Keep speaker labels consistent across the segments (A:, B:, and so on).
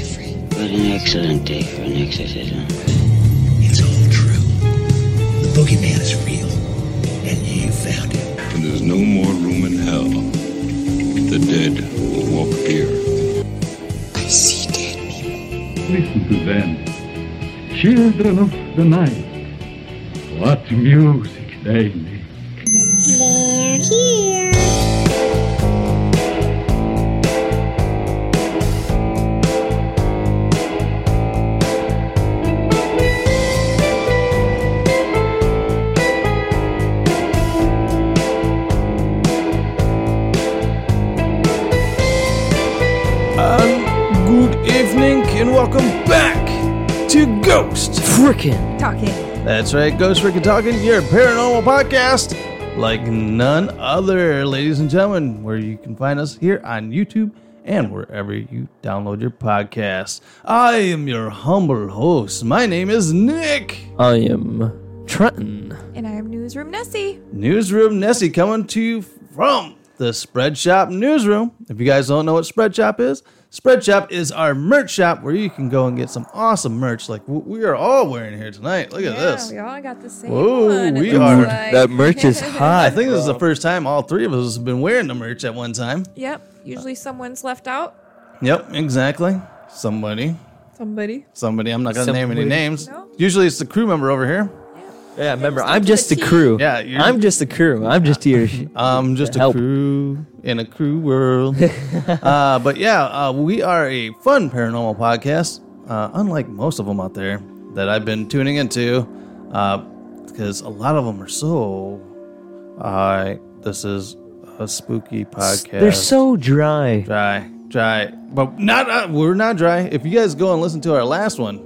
A: afraid.
B: What an excellent day for an exorcism.
C: It's all true. The boogeyman is real, and you found him.
D: And there's no more room in hell. The dead will walk the earth.
E: I see dead people.
F: Listen to them, children of the night. What music they make.
G: They're here.
H: welcome back to Ghost Frickin'
I: Talking.
H: That's right, Ghost Frickin' Talking, your paranormal podcast like none other, ladies and gentlemen, where you can find us here on YouTube and wherever you download your podcast. I am your humble host. My name is Nick.
J: I am Trenton.
I: And I am Newsroom Nessie.
H: Newsroom Nessie coming to you from the Spread Shop Newsroom. If you guys don't know what Spread Shop is, Spread Shop is our merch shop where you can go and get some awesome merch like we are all wearing here tonight. Look at
I: yeah,
H: this.
I: We all got the same. Whoa,
H: we are.
J: Like. That merch is hot.
H: I think this is the first time all three of us have been wearing the merch at one time.
I: Yep. Usually someone's left out.
H: Yep, exactly. Somebody.
I: Somebody.
H: Somebody. I'm not going to name any names. No? Usually it's the crew member over here.
J: Yeah, yeah remember, I'm just the, the crew.
H: Yeah,
J: I'm just the crew. I'm just here.
H: I'm just a help. crew in a crew world. uh, but yeah, uh, we are a fun paranormal podcast, uh, unlike most of them out there that I've been tuning into, because a lot of them are so. Uh, this is a spooky podcast.
J: They're so dry,
H: dry, dry. But not uh, we're not dry. If you guys go and listen to our last one,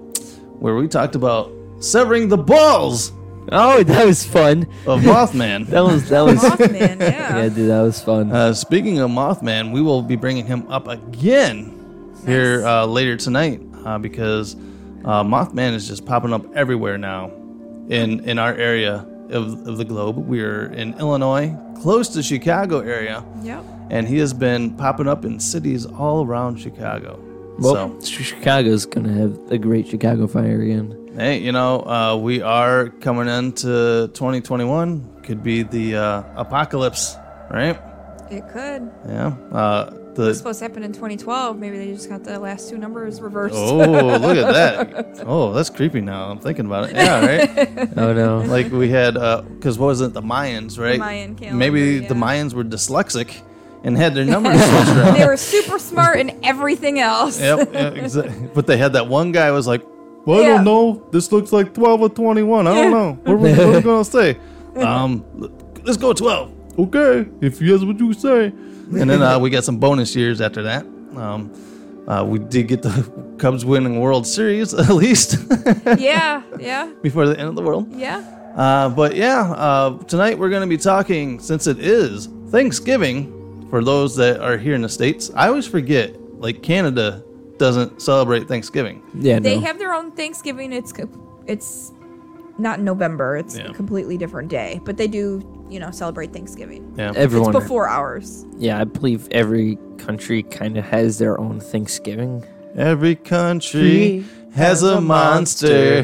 H: where we talked about severing the balls.
J: Oh, that was fun.
H: Of Mothman.
J: that was that was
I: Mothman. Yeah.
J: yeah, dude, that was fun.
H: Uh, speaking of Mothman, we will be bringing him up again nice. here uh, later tonight uh, because uh, Mothman is just popping up everywhere now in in our area of, of the globe. We're in Illinois, close to Chicago area.
I: Yep.
H: And he has been popping up in cities all around Chicago.
J: Well, so. Chicago's gonna have a great Chicago fire again
H: hey, you know, uh, we are coming into 2021. Could be the uh, apocalypse, right?
I: It could.
H: Yeah. Uh,
I: the, it was supposed to happen in 2012. Maybe they just got the last two numbers reversed.
H: Oh, look at that. Oh, that's creepy now. I'm thinking about it. Yeah, right?
J: oh, no.
H: Like we had, because what was it? The Mayans, right? The
I: Mayan calendar,
H: Maybe
I: yeah.
H: the Mayans were dyslexic and had their numbers switched around.
I: they were super smart in everything else.
H: yep. Yeah, exactly. But they had that one guy was like, well, yeah. I don't know. This looks like 12 or 21. I don't know. What, what, what are we going to say? Um, let's go 12. Okay, if that's what you say. And then uh, we got some bonus years after that. Um, uh, we did get the Cubs winning World Series, at least.
I: yeah, yeah.
H: Before the end of the world.
I: Yeah.
H: Uh, but yeah, tonight we're going to be talking, since it is Thanksgiving, for those that are here in the States. I always forget, like, Canada doesn't celebrate Thanksgiving.
J: Yeah,
I: they
J: no.
I: have their own Thanksgiving. It's it's not November. It's yeah. a completely different day, but they do you know celebrate Thanksgiving.
H: Yeah,
J: everyone
I: it's before ours.
J: Yeah, I believe every country kind of has their own Thanksgiving.
H: Every country. He- has a monster.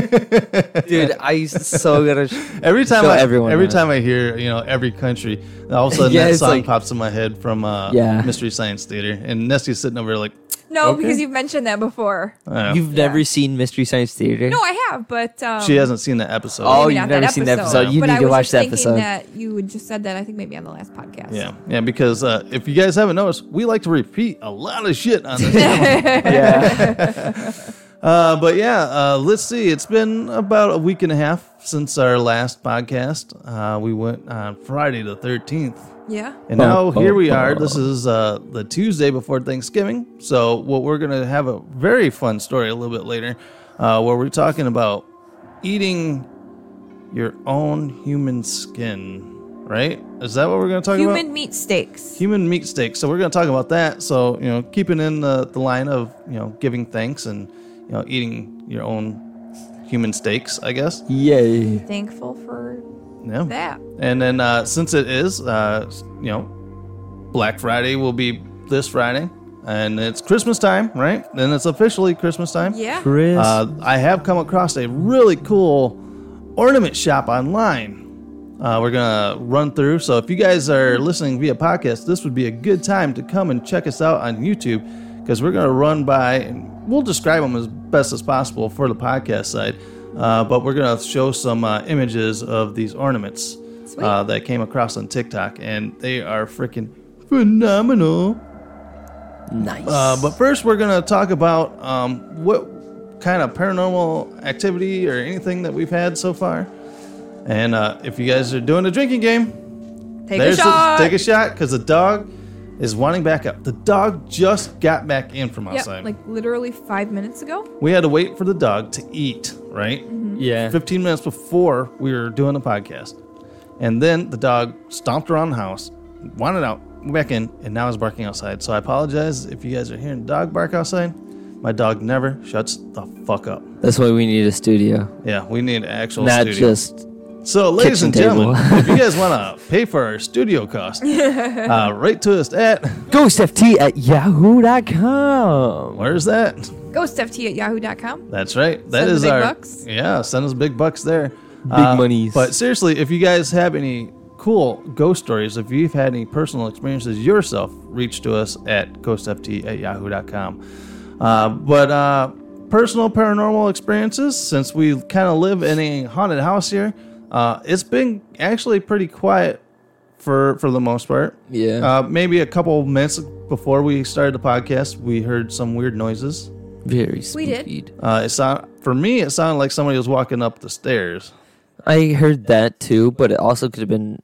J: Dude, I used to so good.
H: every time I everyone every knows. time I hear you know every country, all of a sudden yeah, that song like, pops in my head from uh,
J: yeah.
H: Mystery Science Theater, and Nestie's sitting over like.
I: No, okay. because you've mentioned that before.
J: You've yeah. never seen Mystery Science Theater?
I: No, I have, but um,
H: she hasn't seen the episode.
J: Oh, you've never that seen that episode. You
I: but
J: need
I: I
J: to
I: was
J: watch that
I: thinking
J: episode.
I: That you would just said that I think maybe on the last podcast.
H: Yeah, yeah, because uh, if you guys haven't noticed, we like to repeat a lot of shit on this.
J: yeah.
H: Uh, but yeah, uh, let's see. It's been about a week and a half since our last podcast. Uh, we went on Friday the 13th
I: Yeah.
H: And now here we are. This is uh, the Tuesday before Thanksgiving. So what we're gonna have a very fun story a little bit later, uh, where we're talking about eating your own human skin. Right? Is that what we're gonna talk
I: Human
H: about?
I: meat steaks.
H: Human meat steaks. So we're gonna talk about that. So you know, keeping in the, the line of you know giving thanks and you know eating your own human steaks, I guess.
F: Yay.
I: Thankful for
H: Yeah.
I: that.
H: And then uh, since it is, uh, you know, Black Friday will be this Friday, and it's Christmas time, right? Then it's officially Christmas time.
I: Yeah.
H: Uh, I have come across a really cool ornament shop online. Uh, we're gonna run through. So if you guys are listening via podcast, this would be a good time to come and check us out on YouTube because we're gonna run by and we'll describe them as best as possible for the podcast side. Uh, but we're gonna show some uh, images of these ornaments uh, that came across on TikTok, and they are freaking phenomenal.
F: Nice.
H: Uh, but first, we're going to talk about um, what kind of paranormal activity or anything that we've had so far. And uh, if you guys are doing a drinking game,
I: Take a
H: there's the-
I: shot.
H: take a shot because the dog is winding back up. The dog just got back in from
I: Yep,
H: outside.
I: like literally five minutes ago.
H: we had to wait for the dog to eat, right?
F: Yeah.
H: 15 minutes before we were doing the podcast. And then the dog stomped around the house, wanted out, went back in, and now is barking outside. So I apologize if you guys are hearing the dog bark outside. My dog never shuts the fuck up.
F: That's why we need a studio,
H: Yeah, we need an actual
F: not
H: studio.
F: just
H: so, ladies
F: kitchen
H: and gentlemen,
F: table.
H: if you guys want to pay for our studio costs, uh, write to us at
F: ghostft at yahoo.com.
H: where's that?
I: GhostFT at yahoo.com.
H: That's right. That
I: Send the
H: is
I: big
H: our
I: bucks.
H: yeah. Send us big bucks there. Big
F: monies.
H: uh, But seriously, if you guys have any cool ghost stories, if you've had any personal experiences yourself, reach to us at ghostft at yahoo.com. Uh, but uh, personal paranormal experiences, since we kind of live in a haunted house here, uh, it's been actually pretty quiet for for the most part.
F: Yeah.
H: Uh, maybe a couple minutes before we started the podcast, we heard some weird noises.
F: Very
I: We did.
F: spooky.
H: Uh, it sound for me, it sounded like somebody was walking up the stairs.
F: I heard that too, but it also could have been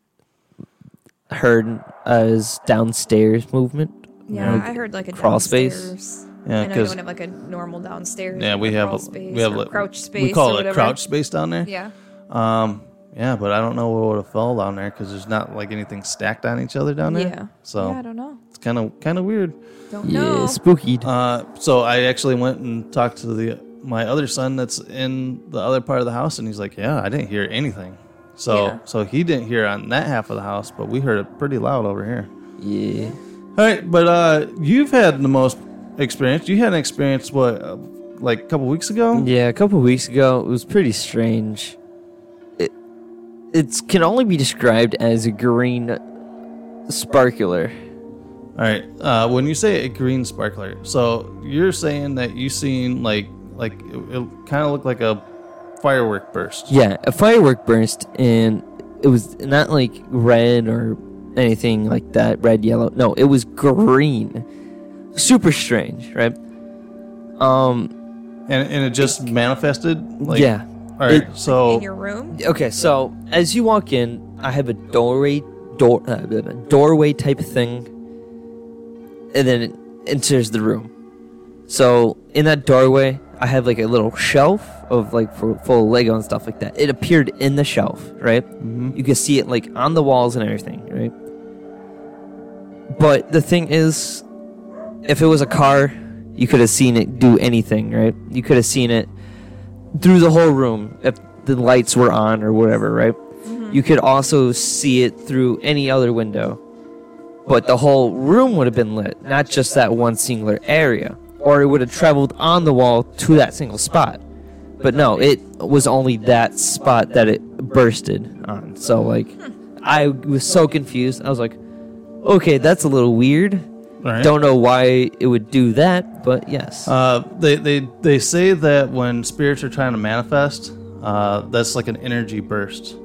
F: heard as downstairs movement.
I: Yeah,
F: Like
I: I heard like a
F: crawl space.
I: downstairs.
H: Yeah,
I: I know you
H: 'cause-
I: don't have like a normal downstairs.
H: Yeah,
I: like
H: we
I: a
H: have
I: crawl
H: a,
I: space
H: we have
I: or
H: like
I: crouch space.
H: We call
I: or
H: it
I: whatever.
H: crouch space down there.
I: Yeah.
H: Um. Yeah, but I don't know what would have fell down there because there's not like anything stacked on each other down there.
I: Yeah.
H: So
I: yeah, I don't know.
H: it's kind of kind of weird.
I: Don't
F: Yeah,
I: know.
F: spooky.
H: Uh, so I actually went and talked to the my other son that's in the other part of the house, and he's like, "Yeah, I didn't hear anything." So
I: Yeah.
H: so he didn't hear on that half of the house, but we heard it pretty loud over here.
F: Yeah.
H: All right, but uh, you've had the most experience. You had an experience what, uh, like a couple weeks ago?
F: Yeah, a couple weeks ago, it was pretty strange. It it can only be described as a green sparkler.
H: All right. Uh, when you say a green sparkler, so you're saying that you seen like like it, kind of looked like a firework burst.
F: Yeah, a firework burst, and it was not like red or anything like that, red, yellow. No, it was green. Super strange, right? Um,
H: And and it just manifested. Like,
F: yeah.
H: All right.
F: It-
H: so
I: In your room?
F: Okay, so as you walk in, I have a doorway, door, uh, blah, blah, doorway type of thing, and then it enters the room. So in that doorway, I have like a little shelf of like full, full of Lego and stuff like that. It appeared in the shelf, right?
H: Mm-hmm.
F: You can see it like on the walls and everything, right? But the thing is, if it was a car, you could have seen it do anything, right? You could have seen it through the whole room if the lights were on or whatever, right? You could also see it through any other window. But the whole room would have been lit, not just that one singular area. Or it would have traveled on the wall to that single spot. But no, it was only that spot that it bursted on. So, like, I was so confused. I was like, okay, that's a little weird.
H: Right.
F: Don't know why it would do that, but yes.
H: Uh, they, they they say that when spirits are trying to manifest, uh, that's like an energy burst.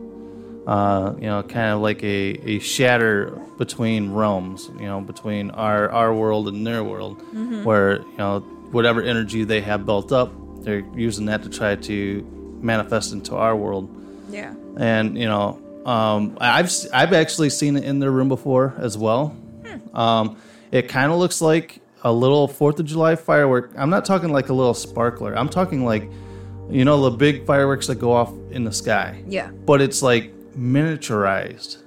H: Uh, you know, kind of like a, a shatter between realms. You know, between our our world and their world, where you know whatever energy they have built up, they're using that to try to manifest into our world.
I: Yeah.
H: And you know, Um, I've I've actually seen it in their room before as well. Um, it kind of looks like a little Fourth of July firework. I'm not talking like a little sparkler. I'm talking like, you know, the big fireworks that go off in the sky.
I: Yeah.
H: But it's like miniaturized,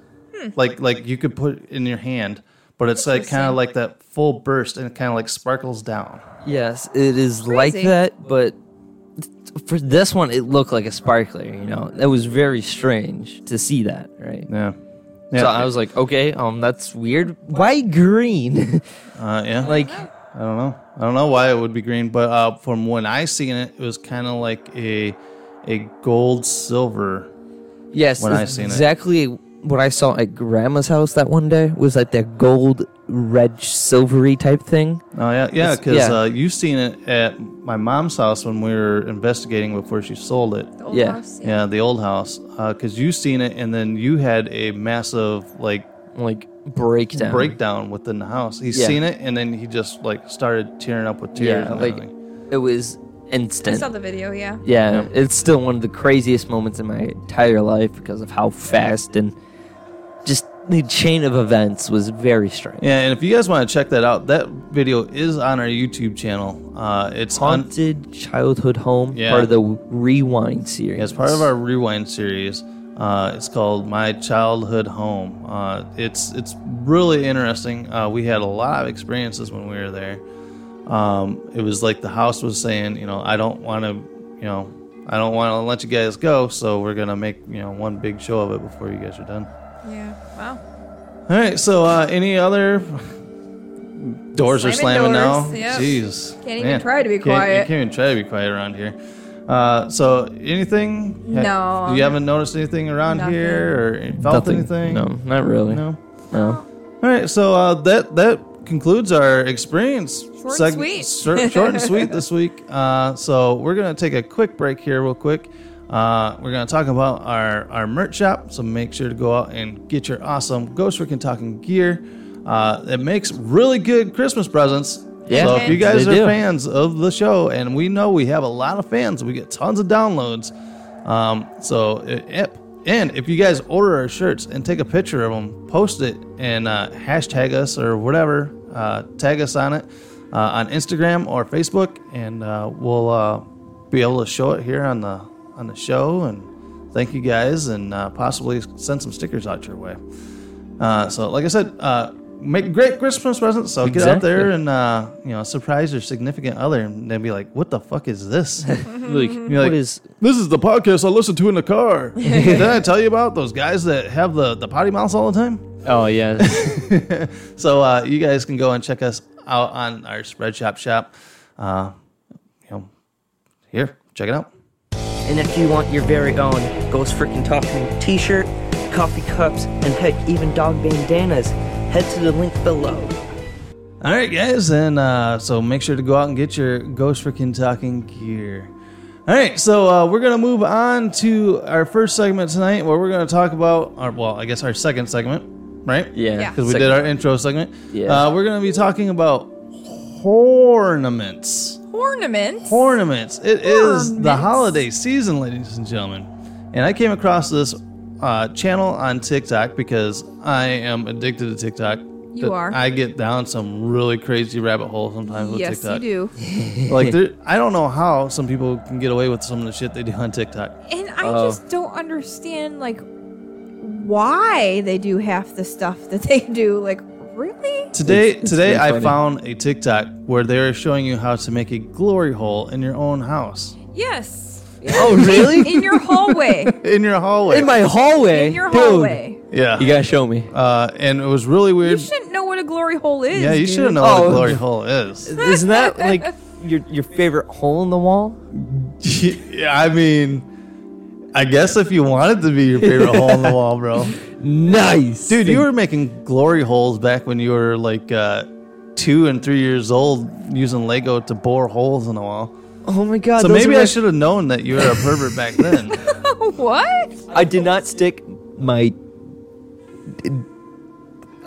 H: like like you could put it in your hand. But it's like kind of like that full burst and it kind of like sparkles down.
F: Yes, it is like
I: Crazy.
F: that, but for this one, it looked like a sparkler. You know, it was very strange to see that, right?
H: Yeah.
F: So I was like, okay, um, that's weird. Why green?
H: Uh, yeah.
F: Like-
H: I don't know. I don't know why it would be green, but uh, from when I seen it, it was kind of like a a gold silver.
F: yes,
H: When I
F: it's
H: seen
F: exactly what I saw at Grandma's house that one day was like that gold, red, silvery type thing.
H: it. Oh yeah, yeah.
F: It's-
H: Because
F: yeah.
H: uh, you seen it at my mom's house when we were investigating before she sold it.
I: old
F: Yeah.
I: house,
H: yeah. the old house. Because you seen it, and then you had a massive like
F: like breakdown.
H: breakdown within the house. He's
F: Yeah.
H: seen it, and then he just like started tearing up with tears.
F: Yeah,
H: and
F: like
H: everything.
F: it was
I: I
F: instant.
I: saw the video, yeah.
F: yeah, it's still one of the craziest moments in my entire life because of how fast and just the chain of events was very strange.
H: Yeah, and if you guys want to check that out, that video is on our YouTube channel. Uh, it's on
F: Haunted childhood home,
H: Yeah.
F: part of the Rewind series.
H: as part of our rewind series. Uh, it's called My Childhood Home. Uh, it's it's really interesting. Uh, we had a lot of experiences when we were there. Um, it was like the house was saying, you know, I don't want to, you know, I don't want to let you guys go, so we're gonna make you know one big show of it before you guys are done.
I: Yeah. Wow.
H: All right. So, uh, any other doors are
I: Slamming
H: slamming
I: doors,
H: now?
I: yep.
H: Jeez,
I: Can't even try to be
H: Can't- you
I: quiet.
H: Can't even try to be quiet around here. Uh, so, anything? Ha-
I: No.
H: You haven't noticed anything around
I: Nothing.
H: here or felt anything?
F: No, not really.
H: No.
F: no.
H: All right. So uh, that that concludes our experience.
I: Short and sweet.
H: short- short and sweet this week. Uh, so we're gonna take a quick break here, real quick. Uh, we're gonna talk about our our merch shop. So make sure to go out and get your awesome Ghost Rick and Talking gear. Uh, it makes really good Christmas presents.
F: Yeah.
H: So if you guys
F: They
H: are
F: do.
H: fans of the show, and we know we have a lot of fans, we get tons of downloads. Um, so, i- yep. And if you guys order our shirts and take a picture of them, post it and uh, hashtag us or whatever, uh, tag us on it uh, on Instagram or Facebook, and uh, we'll uh, be able to show it here on the on the show. And thank you guys, and uh, possibly send some stickers out your way. Uh, so, like I said, uh, make great Christmas presents. So get out
F: Exactly.
H: there and uh, you know surprise your significant other, and they'll be like, "What the fuck is this?"
F: Like,
H: You're like,
F: what is
H: This is the podcast I listen to in the car. Did I tell you about those guys that have the, the potty mouths all the time?
F: Oh yeah.
H: So uh, you guys can go and check us out on our Spread Shop shop. Uh, you know, here, check it out.
K: And if you want your very own Ghost Freaking Talking t shirt, coffee cups, and heck, even dog bandanas, head to the link below.
H: All right, guys, and uh, so make sure to go out and get your Ghost Freaking Talking gear. All right, so uh, we're gonna move on to our first segment tonight, where we're gonna talk about our well, I guess our second segment, right?
F: Yeah. Yeah.
H: because we did
F: Second.
H: our intro segment.
F: Yeah.
H: uh, we're gonna be talking about ornaments.
I: Ornaments.
H: Ornaments. It is the holiday season, ladies and gentlemen. And I came across this uh, channel on TikTok because I am addicted to TikTok.
I: You
H: Th-
I: are.
H: I get down some really crazy rabbit hole sometimes with
I: yes,
H: TikTok.
I: you do.
H: like, there- I don't know how some people can get away with some of the shit they do on TikTok.
I: And I
H: Oh.
I: just don't understand like why they do half the stuff that they do. Like, really?
H: Today,
I: It's- it's
H: today
I: really
H: I
I: funny.
H: found a TikTok where they're showing you how to make a glory hole in your own house.
I: Yes.
H: Oh, really?
I: In your hallway.
H: in your hallway.
F: In my hallway.
I: In your hallway.
H: Yeah. You
F: gotta show me.
H: Uh, and it was really weird.
I: You shouldn't know what a glory hole is.
H: Yeah, you
I: dude.
H: should know
F: Oh.
H: what a glory hole is.
F: Isn't that like your your favorite hole in the wall?
H: yeah, I mean, I guess if you wanted to be your favorite hole in the wall, bro.
F: Nice,
H: dude. You were making glory holes back when you were like uh, two and three years old, using Lego to bore holes in the wall.
F: Oh my god!
H: so
F: those
H: maybe
F: were-
H: I should have known that you were a pervert back then.
I: what?
F: I did not stick my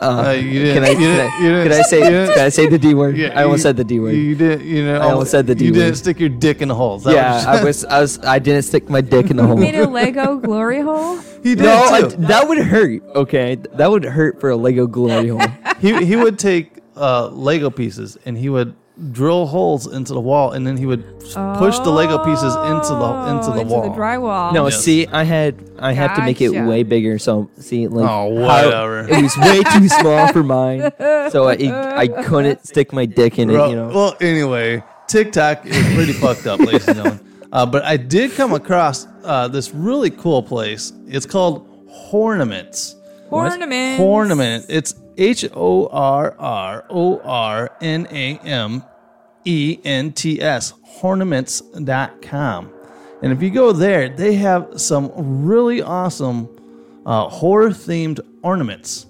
F: Uh,
H: Uh, you didn't-
F: can I,
H: you
F: can
H: didn't-
F: I-
H: you didn't-
F: can I say
H: you didn't-
F: can I say the D word?
H: Yeah,
F: I almost
H: you-
F: said the D word.
H: You didn't. You know.
F: I almost said the D
H: You
F: word.
H: didn't stick your dick in the hole. That
F: yeah,
H: was-
F: I was, I was I didn't stick my dick in the hole.
I: Made a Lego glory hole.
H: He did
F: no, I-
H: too.
F: that would hurt. Okay, that would hurt for a Lego glory hole.
H: he he would take uh, Lego pieces and he would drill holes into the wall, and then he would s- push the Lego pieces into the Oh, into
I: Oh,
H: the
I: into
H: wall.
I: the drywall.
F: No,
H: Yes.
F: see, I had I have to make it
I: Gotcha.
F: way bigger. So see, like
H: Oh,
F: how-
H: whatever.
F: it was way too small for mine, so I I couldn't stick my dick in it.
H: Well,
F: You know,
H: well, anyway, TikTok is pretty fucked up, ladies and gentlemen. Uh, but I did come across uh, this really cool place. It's called Hornaments.
I: What? Hornaments.
H: Hornament. It's H O R R O R N A M E N T S. Hornaments.com. And if you go there, they have some really awesome uh, horror themed ornaments.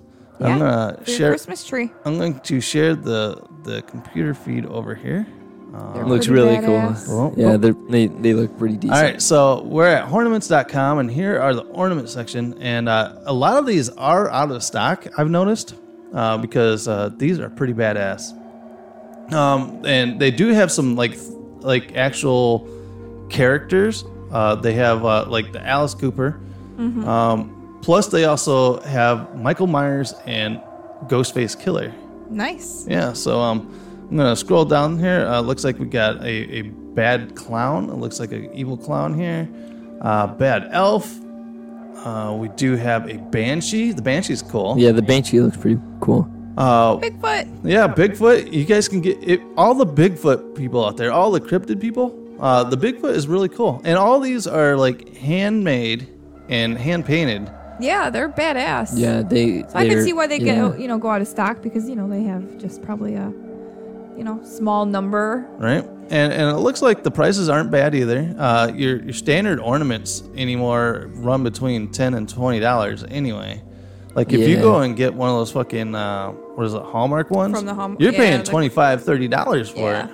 I: Yeah,
H: I'm gonna
I: for your
H: share
I: Christmas tree.
H: I'm going to share the the computer feed over here. Uh,
F: looks really cool.
H: Oh,
F: Yeah,
H: oh.
F: they're, they they look pretty decent.
H: All right, so we're at hornaments.com, and here are the ornament section. And uh, a lot of these are out of stock, I've noticed, uh, because uh, these are pretty badass. Um, and they do have some like like actual characters. Uh, they have uh, like the Alice Cooper.
I: Mhm.
H: Um, plus, they also have Michael Myers and Ghostface Killer.
I: Nice.
H: Yeah, so um, I'm gonna scroll down here. Uh, looks like we got a, a bad clown. It looks like an evil clown here. Uh, bad elf. Uh, we do have a banshee. The banshee's cool.
F: Yeah, the banshee looks pretty cool.
H: Uh,
I: Bigfoot.
H: yeah, Bigfoot. You guys can get it, all the Bigfoot people out there, all the cryptid people. Uh, the Bigfoot is really cool, and all these are like handmade and hand painted.
I: Yeah, they're badass.
F: Yeah, they.
I: So I can
F: they're-
I: see why they
F: yeah.
I: get you know go out of stock because you know they have just probably a you know small number.
H: right? And and it looks like the prices aren't bad either. Uh, your your standard ornaments anymore run between ten and twenty dollars anyway. Like if you
I: Yeah.
H: go and get one of those fucking uh, what is it Hallmark ones?
I: From the Hallm-
H: you're
I: yeah,
H: paying
I: the-
H: twenty five thirty dollars for it.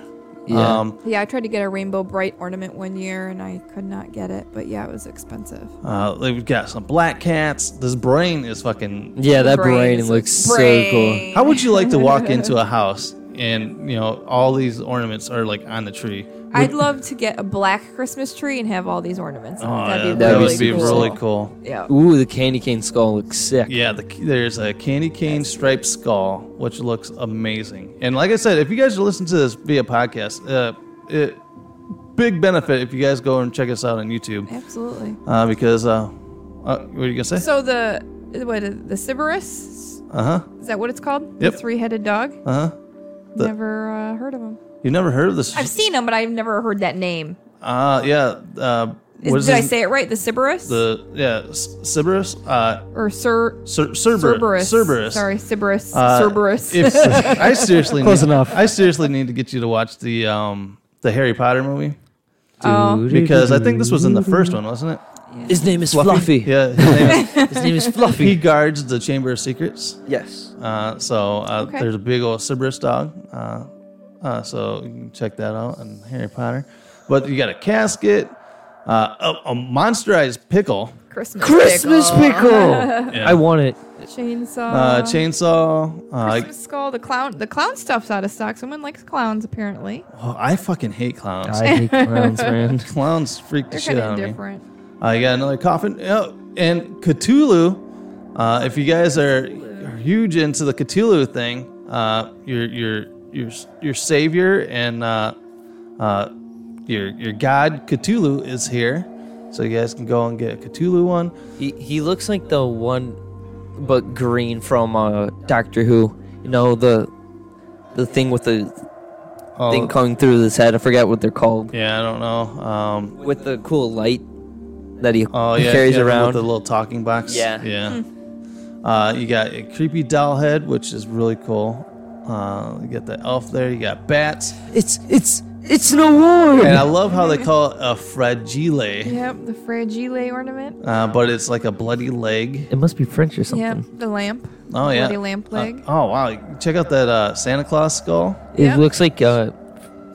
F: Yeah.
H: Um,
I: Yeah, I tried to get a rainbow bright ornament one year and I could not get it, but yeah, it was expensive.
H: uh, we've got some black cats. This brain is fucking
F: Yeah, that brain looks so cool.
H: How would you like to walk into a house and you know all these ornaments are like on the tree?
I: I'd love to get a black Christmas tree and have all these ornaments.
H: Oh,
I: That'd be
H: yeah, that
I: really
H: would be
I: cool.
H: really cool.
I: Yeah.
F: Ooh, the candy cane skull looks sick.
H: Yeah, the, there's a candy cane striped skull, which looks amazing. And like I said, if you guys are listening to this via podcast, uh, it, big benefit if you guys go and check us out on YouTube.
I: Absolutely.
H: Uh, because, uh, uh, what are you going to say?
I: So the what the Sybaris
H: uh huh.
I: is that what it's called?
H: Yep.
I: The three-headed dog.
H: Uh huh. The-
I: never uh, heard of him.
H: You've never heard of this?
I: I've seen him, but I've never heard that name.
H: Uh, yeah. Uh,
I: Is,
H: what is
I: did I
H: his-
I: say it right? The Sybaris
H: The, yeah, S- Cerberus? Uh,
I: or Sir
H: Cer- Cerberus.
I: Cerberus?
H: Cerberus.
I: Sorry, Sybaris.
H: Uh,
I: Cerberus.
H: if- I seriously
F: Close
H: need,
F: enough.
H: I seriously need to get you to watch the um the Harry Potter movie.
I: Oh.
H: Because I think this was in the first one, wasn't it?
F: His name is Fluffy.
H: Yeah, his name is,
F: His name is Fluffy.
H: He guards the Chamber of Secrets.
F: Yes.
H: Uh, so uh,
F: Okay.
H: there's a big old Cerberus dog. Uh, uh, so you can check that out in Harry Potter. But you got a casket, uh, a, a monsterized pickle,
I: Christmas.
F: Christmas pickle.
H: Yeah.
F: I want it.
I: Chainsaw.
H: uh, chainsaw. Uh,
I: Christmas skull. The clown. The clown stuff's out of stock. Someone likes clowns apparently.
H: oh, I fucking hate clowns.
F: I hate clowns, man.
H: Clowns freak the
I: They're
H: shit
I: kind
H: out
I: of
H: of me.
I: different.
H: Uh, you got another coffin. Oh, and Cthulhu. Uh, if you guys are are huge into the Cthulhu thing, uh, your your your your savior and uh, uh, your your god Cthulhu is here, so you guys can go and get a Cthulhu one.
F: He, he looks like the one, but green from uh, Doctor Who. You know the, the thing with the
H: Oh.
F: thing coming through his head. I forgot what they're called.
H: Yeah, I don't know. Um,
F: With the cool light that he
H: oh yeah,
F: carries
H: yeah,
F: around. Hmm.
H: with the little talking box.
F: Yeah.
H: yeah. Uh, you got a creepy doll head, which is really cool. Uh, you got the elf there. You got bats.
F: It's it's it's an award.
H: And I love how they call it a fragile,
I: Yep. The fragile ornament.
H: uh, but it's like a bloody leg.
F: It must be French or
I: Yep. The lamp.
H: Oh yeah,
I: Bloody lamp
H: Uh,
I: leg.
H: oh wow, check out that uh, Santa Claus skull.
F: It
I: Yep.
F: looks like uh,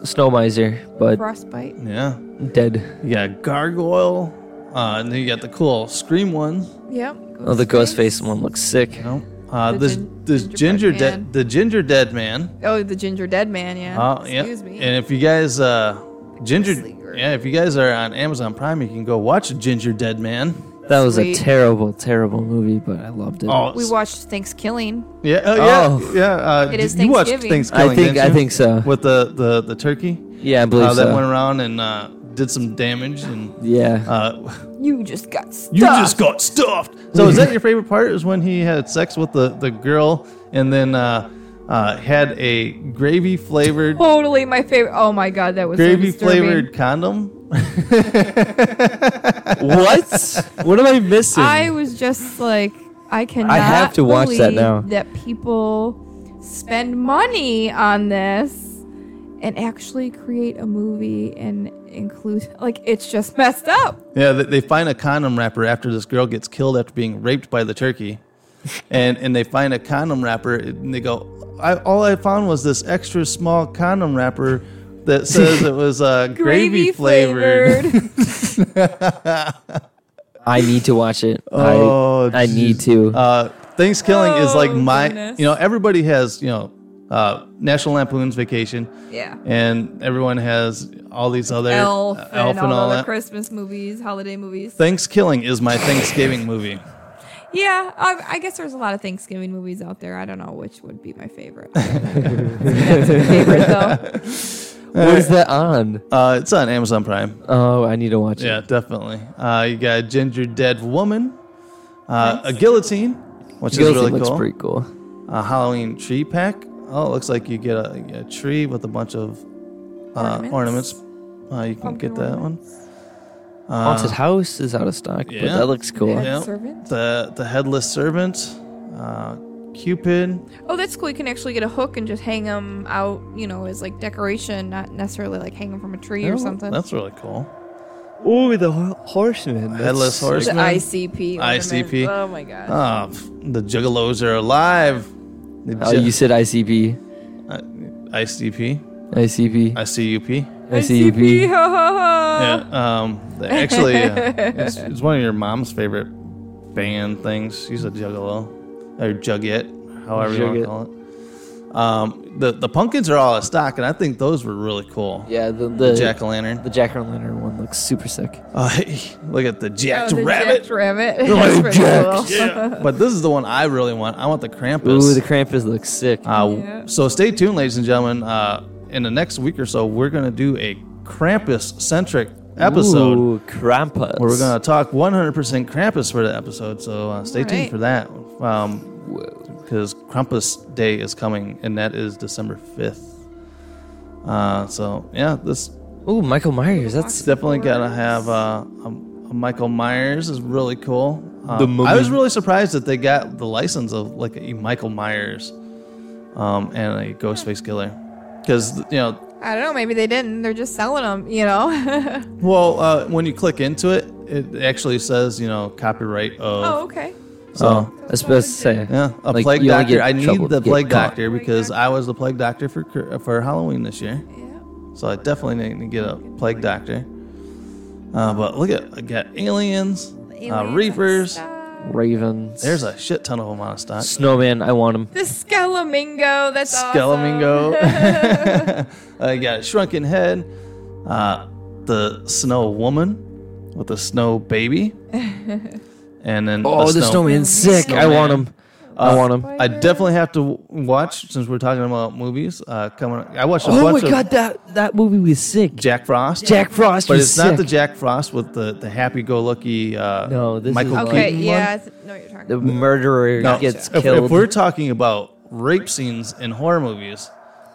F: Snow Miser, but
I: Frostbite.
H: Yeah,
F: dead.
H: you got gargoyle, uh, and then you got the cool scream one.
I: Yep.
F: Oh, the Ghostface one looks sick.
H: You know, Uh,
I: The
H: this
I: gin-
H: this ginger
I: gingerbread
H: dead
I: man.
H: the ginger dead man.
I: Oh, the ginger dead man. Yeah.
H: Uh, yeah.
I: Excuse me.
H: And if you guys uh, ginger yeah, if you guys are on Amazon Prime, you can go watch Ginger Dead Man.
F: That was
I: Sweet.
F: a terrible, terrible movie, but I loved it.
H: Oh,
I: we watched Thanksgiving.
H: Yeah, oh, yeah,
F: Oh.
H: yeah. Uh,
I: It is
H: you watched
I: Thanksgiving.
H: Thanksgiving.
F: I think-
H: didn't
F: I
H: you?
F: think so.
H: With the the the turkey.
F: Yeah, I believe
H: uh, That
F: so.
H: went around and uh, did some damage and
F: Yeah.
H: Uh,
I: You just got stuffed.
H: you just got stuffed. So is that your favorite part? Is when he had sex with the the girl and then uh, uh, had a gravy flavored
I: totally my favorite. Oh my god, that was so
H: gravy
I: disturbing.
H: flavored condom?
F: what? What am I missing?
I: I was just like, I cannot.
F: have to watch that
I: believe
F: now.
I: That people spend money on this and actually create a movie and include like it's just messed up.
H: Yeah, they, they find a condom wrapper after this girl gets killed after being raped by the turkey, and and they find a condom wrapper and they go, I, all I found was this extra small condom wrapper that says it was uh, gravy flavored.
F: I need to watch it.
H: Oh,
F: I, I need to.
H: Uh, Thanksgiving is like my,
I: Oh, goodness.
H: you know, everybody has, you know, uh, National Lampoon's Vacation,
I: Yeah.
H: and everyone has all these other
I: Elf,
H: uh,
I: and all, the
H: that.
I: Christmas movies, holiday movies.
H: Thanksgiving is my Thanksgiving movie.
I: Yeah, I, I guess there's a lot of Thanksgiving movies out there. I don't know which would be my favorite.
F: what is that on?
H: Uh, it's on Amazon Prime.
F: Oh, I need to watch
H: Yeah,
F: it.
H: definitely. Uh, you got a ginger dead woman, uh, a guillotine, which
F: Guillotine
H: is really
F: looks
H: cool.
F: pretty cool.
H: A Halloween tree pack. Oh, it looks like you get a, you get a tree with a bunch of uh, ornaments.
I: Ornaments.
H: Uh, you can get that one. Uh,
F: Haunted House is out of stock, but
H: yeah.
F: that looks cool.
I: Yeah. Servant?
H: The the headless servant, uh, Cupid.
I: Oh, that's cool. You can actually get a hook and just hang them out, you know, as like decoration, not necessarily like hang them from a tree
H: Yeah,
I: or something.
H: Oh, That's really cool.
F: Ooh, the ho- horseman. That's
H: Headless
F: sick.
H: horseman.
I: The ICP. ornament.
H: ICP.
I: Oh my gosh.
H: Ah, pff, the Juggalos are alive. The
F: Oh,
H: ju-
F: you said ICP.
H: I- ICP.
F: ICP.
I: ICP.
H: ICUP.
F: ICP.
I: Ha ha ha.
H: Yeah, um, actually, uh, it's, it's one of your mom's favorite band things. She's a juggalo or jugget, however you
F: Jugget.
H: want to call it. Um, the the pumpkins are all out of stock, and I think those were really cool.
F: Yeah, the,
H: The,
F: the
H: jack o' lantern.
F: The jack o' lantern one looks super sick.
H: Uh, look at the
I: Oh,
H: jacked
I: the
H: rabbit.
I: Jack rabbit.
H: They're like
I: That's pretty
H: jacked.
I: cool.
H: Yeah. But this is the one I really want. I want the Krampus.
F: Ooh, the Krampus looks sick.
H: Uh,
I: Yeah.
H: So stay tuned, ladies and gentlemen. Uh, in the next week or so, we're going to do a Krampus centric episode
F: Ooh, Krampus.
H: where we're going to talk 100% Krampus for the episode. So uh, stay tuned
I: Alright.
H: for that. Because Krampus Day is coming, and that is December 5th. Uh, so, yeah, this
F: Ooh, Michael Myers.
H: it's
F: That's
H: definitely got to have uh, a, a Michael Myers, is really cool. Um,
F: The mummy.
H: I was really surprised that they got the license of like a Michael Myers um, and a Ghostface Killer. Because, you know,
I: I don't know. Maybe they didn't. They're just selling them, you know?
H: Well, uh, when you click into it, it actually says, you know, copyright of.
I: oh, okay.
H: So,
F: I was supposed to say.
H: yeah, a
F: Like,
H: plague
F: you only get
H: doctor. I need
F: trouble
H: the
F: to get
H: plague
F: caught.
H: doctor because I was the plague doctor for cur- for Halloween this year.
I: Yeah.
H: So I definitely need to get a plague doctor. Uh, but look at I got aliens, uh, reapers.
F: Ravens.
H: There's a shit ton of them on stock.
F: snowman. I want him.
I: The Skelemingo. That's
H: Skelemingo.
I: awesome.
H: I Uh, got a shrunken head. Uh, the snow woman with the snow baby. and then
F: Oh, the,
H: snow-
F: snowman's sick. I want
H: Snowman.
F: him. I
H: Uh,
F: want him.
H: I definitely have to w- watch since we're talking about movies. Uh, coming, I watched a
F: Oh my
H: bunch of
F: god, that that movie was sick.
H: Jack Frost.
F: Jack Frost
H: but
F: was
H: it's not the
F: sick.
H: Jack Frost with the, the happy-go-lucky. Uh,
F: No, this
H: Michael
F: is
H: Keaton
I: Okay,
H: one.
I: yeah. I th- know what you're talking
F: The murderer
H: No,
F: gets
H: if,
F: killed.
H: if we're talking about rape scenes in horror movies,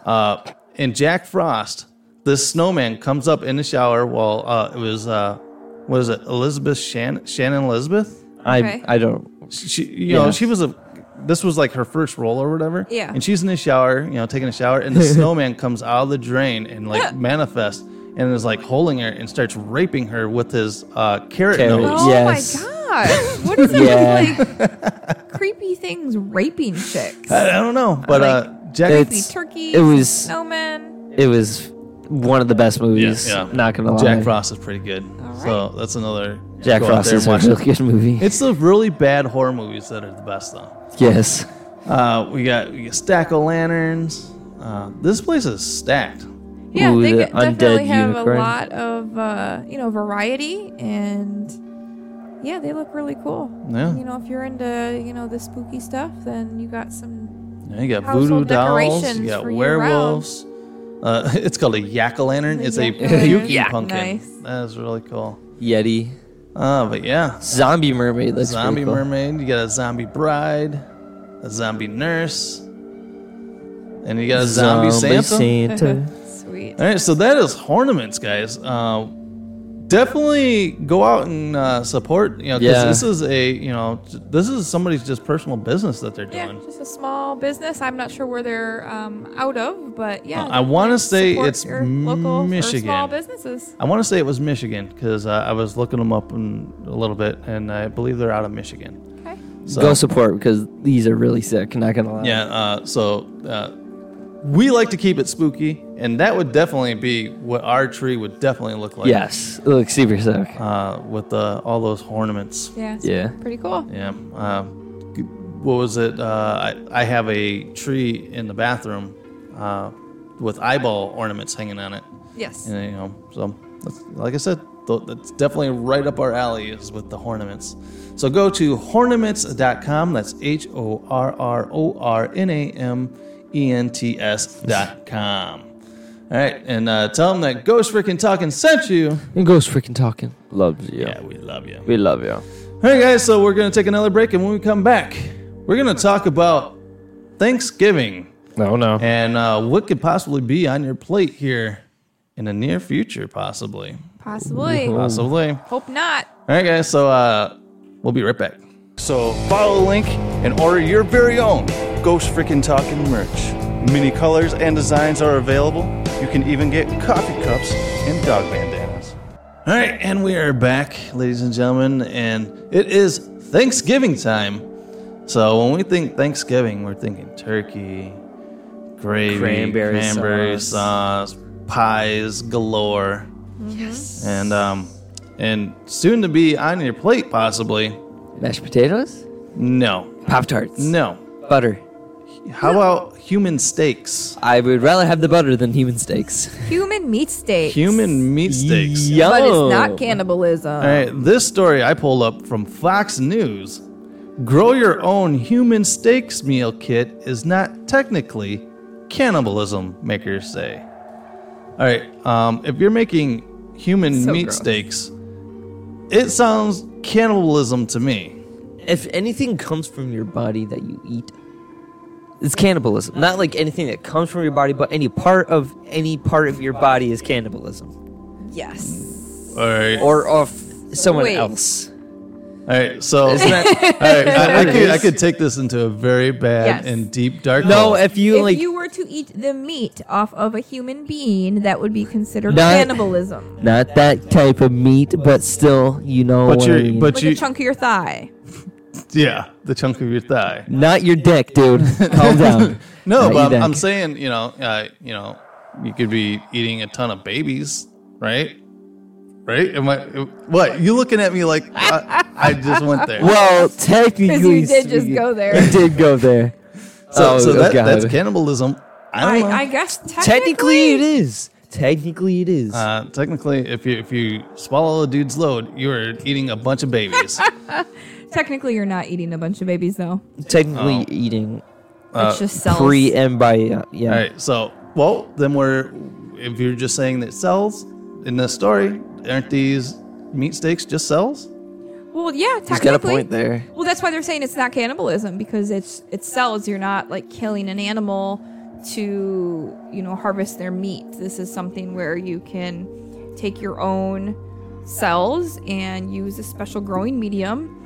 H: uh, in Jack Frost, this snowman comes up in the shower while uh, it was uh, what is it, Elizabeth Shannon, Shannon Elizabeth?
I: okay.
F: I I don't.
H: she you
F: Yeah.
H: know she was a this was like her first role or whatever
I: Yeah.
H: and she's in the shower you know taking a shower and the snowman comes out of the drain and like manifests and is like holding her and starts raping her with his uh carrot
F: Carrot.
H: nose
I: Oh
F: Yes.
I: my god! What is it
F: Yeah.
I: with like creepy things raping chicks?
H: I, I don't know but uh jack
I: Creepy turkeys.
F: it was-
I: snowmen.
F: It was one of the best movies.
H: Yeah, yeah.
F: Not gonna lie.
H: jack frost is pretty good so that's another
F: Jack
H: go
F: Frost
H: out there and
F: is a
H: watch
F: real
H: it.
F: good movie.
H: it's the really bad horror movies that are the best though
F: yes. Uh, we got we got stack of lanterns. Uh, this place is stacked.
I: Yeah,
H: Ooh,
I: they
H: the
I: could definitely
H: undead
I: have
H: unicorn.
I: a lot of uh, you know variety, and yeah, they look really cool.
F: Yeah.
I: You know, if you're into you know the spooky stuff, then you got some.
F: Yeah, you got voodoo
I: Household
F: dolls. You
I: decorations
F: got
I: for year
F: werewolves. Uh, it's called a yak o' lantern. It's a
I: Yak-o'-lantern.
F: puking
I: Nice.
F: pumpkin. That is really cool.
H: Yeti.
F: Uh, but yeah.
H: Zombie mermaid. Looks pretty
F: zombie
H: cool.
F: mermaid. You got a zombie bride, a zombie nurse, and you got a zombie,
H: Zombie
F: Santa.
H: Santa.
I: Sweet.
F: All right, so that is ornaments, guys. Uh, definitely go out and uh, support. You know, 'cause
H: Yeah.
F: this is a you know this is somebody's just personal business that they're doing.
I: Yeah, just a small business. I'm not sure where they're um, out of, but yeah.
F: Uh, I want to say
I: support
F: it's
I: your local
F: Michigan.
I: Or small businesses.
F: I want to say it was Michigan because uh, I was looking them up in a little bit, and I believe they're out of Michigan.
I: Okay.
F: So,
H: Go support because these are really sick. Not gonna lie.
F: Yeah. Uh, so uh, we like to keep it spooky, and that would definitely be what our tree would definitely look like.
H: yes, it looks super sick.
F: Uh, with uh, all those ornaments.
I: Yeah. it's
H: Yeah.
I: Pretty cool.
F: Yeah. Um, g- what was it? Uh, I, I have a tree in the bathroom uh, with eyeball ornaments hanging on it.
I: Yes.
F: And, you know, so that's, like I said, th- that's definitely right up our alley is with the ornaments. So go to hornaments.com. That's H O R R O R N A M E N T S dot com. All right, and uh, tell them that Ghost Freaking Talking sent you.
H: And Ghost freaking talking loves you.
F: Yeah, we love you.
H: We love you.
F: All right, guys, so we're going to take another break, and when we come back, we're going to talk about Thanksgiving
H: No, no.
F: and uh, what could possibly be on your plate here in the near future, possibly.
I: Possibly.
F: Possibly.
I: Hope not.
F: All right, guys. So uh, we'll be right back. So follow the link and order your very own Ghost Freaking Talking merch. Many colors and designs are available. You can even get coffee cups and dog bandanas. All right, and we are back, ladies and gentlemen, and it is Thanksgiving time. So when we think Thanksgiving, we're thinking turkey, gravy,
H: Cranberry
F: cranberry
H: sauce.
F: sauce pies galore
I: Yes.
F: and um, and soon to be on your plate possibly.
H: Mashed potatoes?
F: No,
H: Pop tarts.
F: no.
H: Butter.
F: How about human steaks?
H: I would rather have the butter than human steaks.
I: Human meat steak.
F: Human meat steaks.
H: Yum.
I: But it's not cannibalism.
F: All right, this story I pulled up from Fox News. Grow your own human steaks meal kit is not technically cannibalism, makers say. All right, um, if you're making human
H: So
F: meat
H: gross.
F: steaks, it sounds cannibalism to me.
H: If anything comes from your body that you eat, it's cannibalism. Not like anything that comes from your body, but any part of any part of your body is cannibalism.
I: Yes.
F: All right.
H: Or of someone
I: Wait.
H: else.
F: All right, so
H: Isn't that-
F: all right, I, I,
H: It
F: could, I
H: is.
F: could take this into a very bad
I: Yes.
F: and deep dark.
H: No,
F: hole.
H: if you
I: if
H: like
I: you were to eat the meat off of a human being, that would be considered
H: Not-
I: cannibalism.
H: not that type of meat, but still, you know
F: But
H: what I
F: you're-
H: mean.
F: but
I: Like
F: you-
I: a chunk of your thigh.
F: yeah, the chunk of your thigh.
H: not your dick, dude. Calm down.
F: No,
H: Not your
F: but I'm,
H: dick.
F: I'm saying you know, uh, you know, you could be eating a ton of babies, right? Right? Am I? What you looking at me like? I, I just went there.
H: Well, technically,
I: Because you did just
H: speaking-
I: go there.
H: You did go there.
F: so,
H: Oh,
F: so that,
H: God.
F: that's cannibalism. I
I: I,
F: don't know.
I: I guess
H: technically
I: technically,
H: it is. Technically, it is.
F: uh, technically, if you if you swallow a dude's load, you are eating a bunch of babies.
I: technically you're not eaally a bunch of babies though.
H: technically,
F: oh.
H: eating
F: Uh,
I: it's just cells.
H: pre and by uh, yeah.
F: All right. So, well, then we're if you're just saying that cells in the story aren't these meat steaks just cells?
I: well, yeah, technically.
H: He's got a point there.
I: Well, that's why they're saying it's not cannibalism because it's it's cells. You're not like killing an animal to you know harvest their meat. This is something where you can take your own cells and use a special growing medium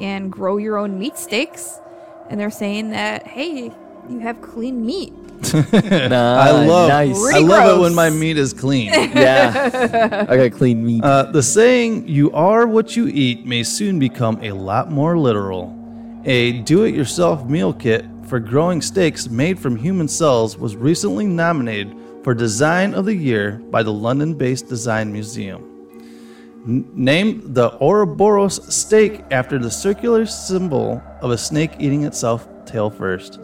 I: and grow your own meat steaks. And they're saying that hey, you have clean meat.
F: I love
H: nice.
F: I
I: Pretty
F: love it
I: gross.
F: when my meat is clean.
H: yeah. I got clean meat.
F: uh, the saying "you are what you eat" may soon become a lot more literal. A do-it-yourself meal kit for growing steaks made from human cells was recently nominated for Design of the Year by the London-based Design Museum. named the Ouroboros steak after the circular symbol of a snake eating itself tail first.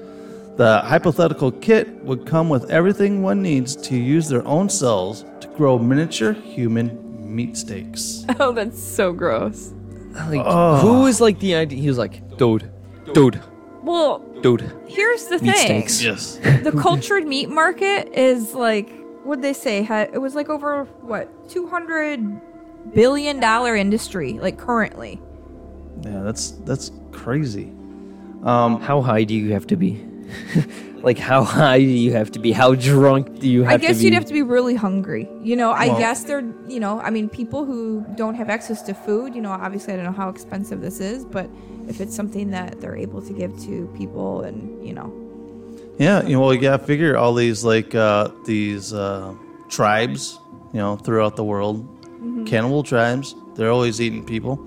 F: The hypothetical kit would come with everything one needs to use their own cells to grow miniature human meat steaks.
I: Oh, that's so gross.
H: Like,
F: oh.
H: who was like the idea? He was like, dude, dude,
I: Well,
H: dude.
I: here's the
H: Meat
I: thing.
H: steaks. Yes.
I: The cultured meat market is like, what'd they say? Ha- It was like over, what, $200 billion industry, like currently.
F: Yeah, that's that's crazy. Um,
H: how high do you have to be? like, how high do you have to be? How drunk do you have
I: I
H: to be?
I: guess you'd have to be really hungry. You know, I
H: Well-
I: guess they're, you know, I mean, people who don't have access to food, you know, obviously I don't know how expensive this is, but if it's something that they're able to give to people and, you know,
F: Yeah, you know, well, you gotta figure all these like uh, these uh, tribes, you know, throughout the world,
I: Mhm.
F: cannibal tribes. They're always eating people.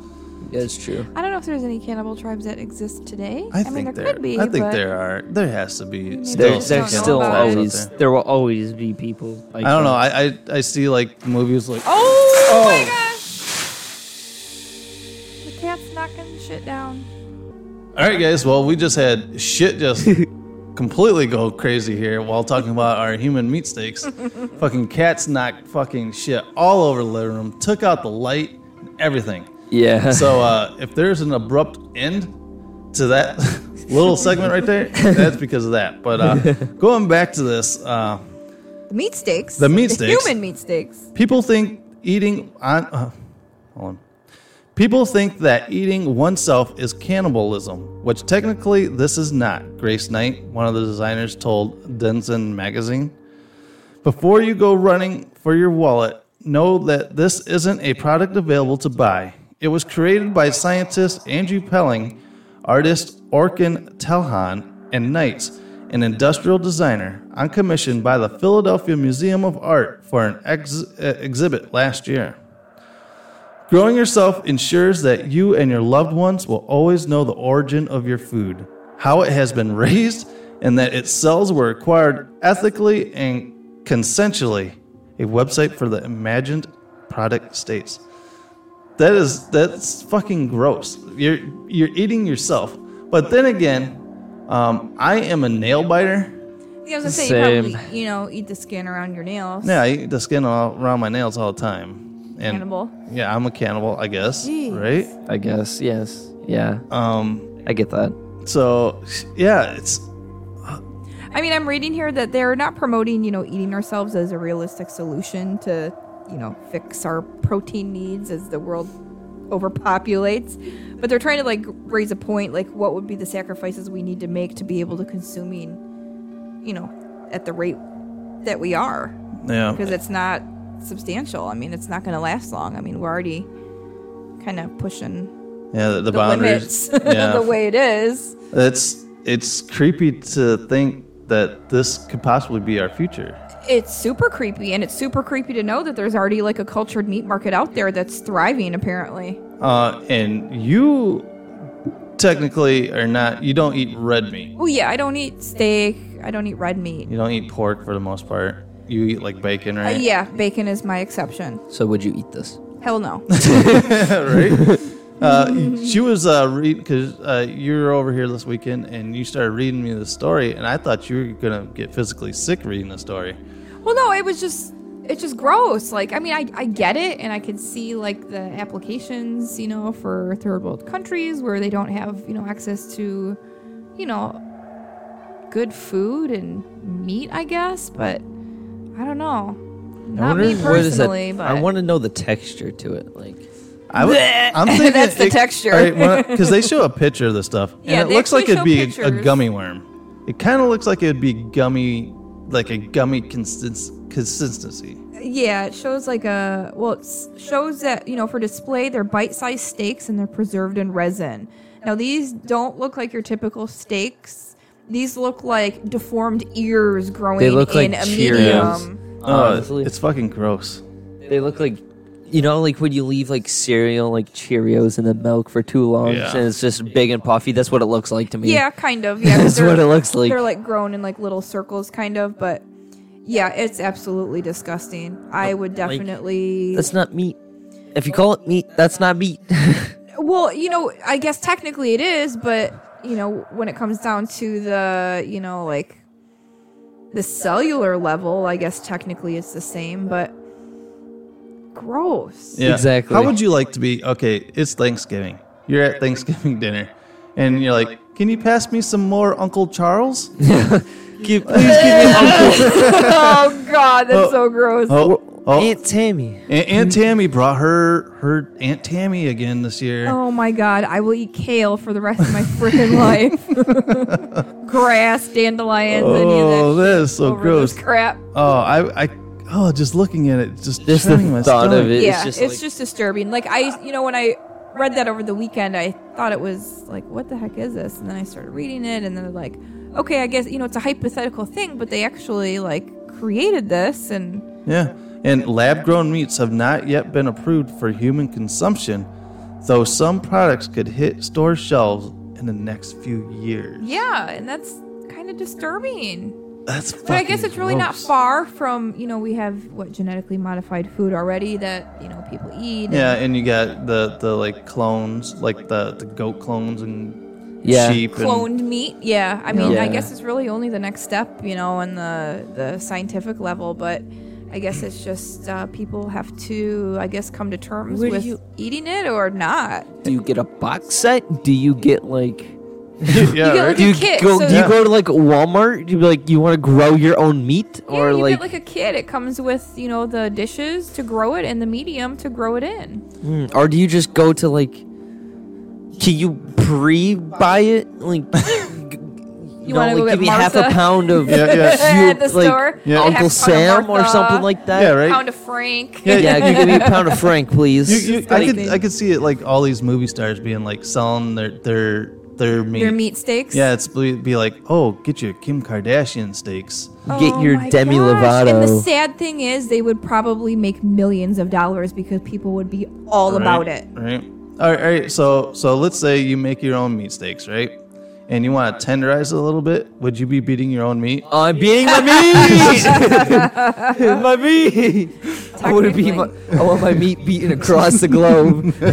H: Yeah, it's true.
I: I don't know if there's any cannibal tribes that exist today.
F: I,
I: mean,
F: think
I: there,
F: there.
I: could be.
F: I think
I: but
F: there are. There has to be.
H: There,
F: Still
H: there's
F: some cannibal
H: still
F: tribes out
H: always
F: there.
H: there. will always be people. Like
F: I don't know.
H: that.
F: I, I I see like movies like
I: Oh, my gosh! The cat's knocking shit down.
F: All right, guys. Well, we just had shit just completely go crazy here while talking about our human meat steaks. fucking cats knocked fucking shit all over the living room, took out the light, and everything.
H: Yeah.
F: So uh, if there's an abrupt end to that little segment right there, that's because of that. But uh, going back to this, uh,
I: The meat steaks.
F: The meat steaks.
I: Human meat steaks.
F: People think eating on. Uh, hold on. People think that eating oneself is cannibalism, which technically this is not. Grace Knight, one of the designers, told Denson magazine. Before you go running for your wallet, know that this isn't a product available to buy. It was created by scientist Andrew Pelling, artist Orkin Telhan, and Knight, an industrial designer, on commission by the Philadelphia Museum of Art for an ex- uh, exhibit last year. Growing yourself ensures that you and your loved ones will always know the origin of your food, how it has been raised, and that its cells were acquired ethically and consensually. A website for the imagined product states. That is that's fucking gross. You're you're eating yourself. But then again, um, I am a nail biter.
I: Yeah, I was gonna say you
F: Same.
I: probably, you know, eat the skin around your nails.
F: Yeah, I eat the skin all around my nails all the time. And
I: Cannibal.
F: Yeah, I'm a cannibal, I guess.
I: Jeez.
F: Right?
H: I guess. Yes. Yeah.
F: Um,
H: I get that.
F: So, yeah, it's
I: I mean, I'm reading here that they're not promoting, you know, eating ourselves as a realistic solution to, you know, fix our protein needs as the world overpopulates. But they're trying to like raise a point like what would be the sacrifices we need to make to be able to consuming, you know, at the rate that we are.
F: Yeah.
I: Because it's not substantial. I mean, it's not going to last long. I mean, we're already kind of pushing
F: yeah, the, the
I: the,
F: boundaries.
I: limits
F: yeah.
I: the way it is.
F: It's it's creepy to think that this could possibly be our future.
I: It's super creepy, and it's super creepy to know that there's already like a cultured meat market out there that's thriving, apparently.
F: Uh, and you technically are not. You don't eat red meat.
I: Oh, yeah, I don't eat steak. I don't eat red meat.
F: You don't eat pork for the most part. You eat like bacon,
I: Uh,
F: right?
I: yeah, bacon is my exception.
H: So would you eat this?
I: Hell no.
F: right. Uh, she was uh, read because uh, you were over here this weekend and you started reading me the story, and I thought you were gonna get physically sick reading the story.
I: well, no, it was just, it's just gross. Like, I mean, I, I get it, and I can see like the applications, you know, for third world countries where they don't have, you know, access to, you know, good food and meat, I guess, but I don't know. Not me
H: where does that-
I: personally, but.
H: I want to know the texture to it. Like,
F: I would, I'm thinking
I: That's the texture.
F: because they show a picture of the stuff,
I: Yeah,
F: and
I: they
F: it looks like
I: actually
F: it'd be
I: show
F: a,
I: pictures.
F: gummy worm. It kind of looks like it'd be gummy, like a gummy consist- consistency.
I: Yeah, it shows like a well, it s- shows that you know for display they're bite-sized steaks and they're preserved in resin. Now these don't look like your typical steaks. These look like deformed ears growing
H: they look like
I: in a
H: Cheerios.
I: medium.
F: Oh,
H: Honestly.
F: it's fucking gross.
H: They look like, you know, like when you leave like cereal, like Cheerios in the milk for too long,
F: Yeah.
H: and it's just big and puffy. That's what it looks like to me.
I: Yeah, kind of. Yeah, 'cause
H: That's what
I: they're-
H: it looks like.
I: They're like grown in like little circles, kind of. But yeah, it's absolutely disgusting. I would definitely.
H: That's not meat. If you call it meat, that's not meat.
I: Well, you know, I guess technically it is, but you know, when it comes down to the, you know, like the cellular level, I guess technically it's the same, but gross.
F: Yeah. Exactly. How would you like to be? Okay, it's Thanksgiving. You're at Thanksgiving dinner, and you're like, "Can you pass me some more Uncle Charles? Can you please give me Uncle."
I: oh God, that's so gross.
F: Oh, oh.
H: Aunt Tammy.
F: A- Aunt Tammy brought her her Aunt Tammy again this year.
I: Oh my God, I will eat kale for the rest of my freaking life. Grass, dandelions, any of that.
F: Oh, that is
I: shit
F: so
I: over
F: gross.
I: this crap.
F: Oh, I, I, oh, just looking at it, just
H: Just the
F: churning my
H: thought of
F: stomach.
H: it.
I: yeah,
H: It's just like-
I: disturbing. Like I, you know, when I read that over the weekend, I thought it was like, what the heck is this? And then I started reading it, and then like, okay, I guess you know it's a hypothetical thing, but they actually like created this, and
F: Yeah, and lab grown meats have not yet been approved for human consumption, though some products could hit store shelves in the next few years.
I: yeah, and that's kind of disturbing.
F: That's
I: But I guess
F: fucking
I: it's really not
F: gross.
I: far from you know we have what genetically modified food already that you know people eat. and-
F: Yeah, and you got the, the like clones, like the, the goat clones and
H: Yeah.
F: sheep. And,
I: cloned meat. Yeah, I mean,
F: Yeah.
I: I guess it's really only the next step, you know, on the the scientific level. But I guess it's just uh, people have to, I guess, come to terms
H: Where do
I: with
H: you-
I: eating it or not.
H: Do you get a box set? Do you get like?
F: yeah,
I: you get
F: right?
I: like
H: Do you
I: a kit.
H: go?
I: so
H: Do you
I: yeah,
H: go to like Walmart? Do you be like you want to grow your own meat or
I: you
H: like?
I: get like a kit. It comes with you know the dishes to grow it and the medium to grow it in.
H: Mm, or do you just go to like? Can you pre-buy it? Like,
I: You
H: know,
I: wanna go
H: like,
I: get
H: give me half a
I: Martha?
H: pound of
F: Yeah, yeah.
I: At the
H: like
I: store? Yeah. Half a pound
H: Uncle
I: of
H: Sam or
I: Martha.
H: something like that.
F: Yeah, right.
I: Pound of Frank.
H: Yeah, yeah, you give me a pound of Frank, please.
F: You, you, I
H: Like-
F: could I could see it like all these movie stars being like selling their their their meat.
I: Your meat steaks.
F: Yeah, it's be be like, oh, get your Kim Kardashian steaks.
H: Get your
I: Oh my
H: Demi
I: And the
H: Lovato.
I: sad thing is, they would probably make millions of dollars because people would be all
F: Right,
I: about it.
F: Right. All right. All right. So so let's say you make your own meat steaks, right? And you want to tenderize it a little bit. Would you be beating your own meat?
H: I'm beating my meat. my meat. I want to be my. I want my meat beaten across the globe. I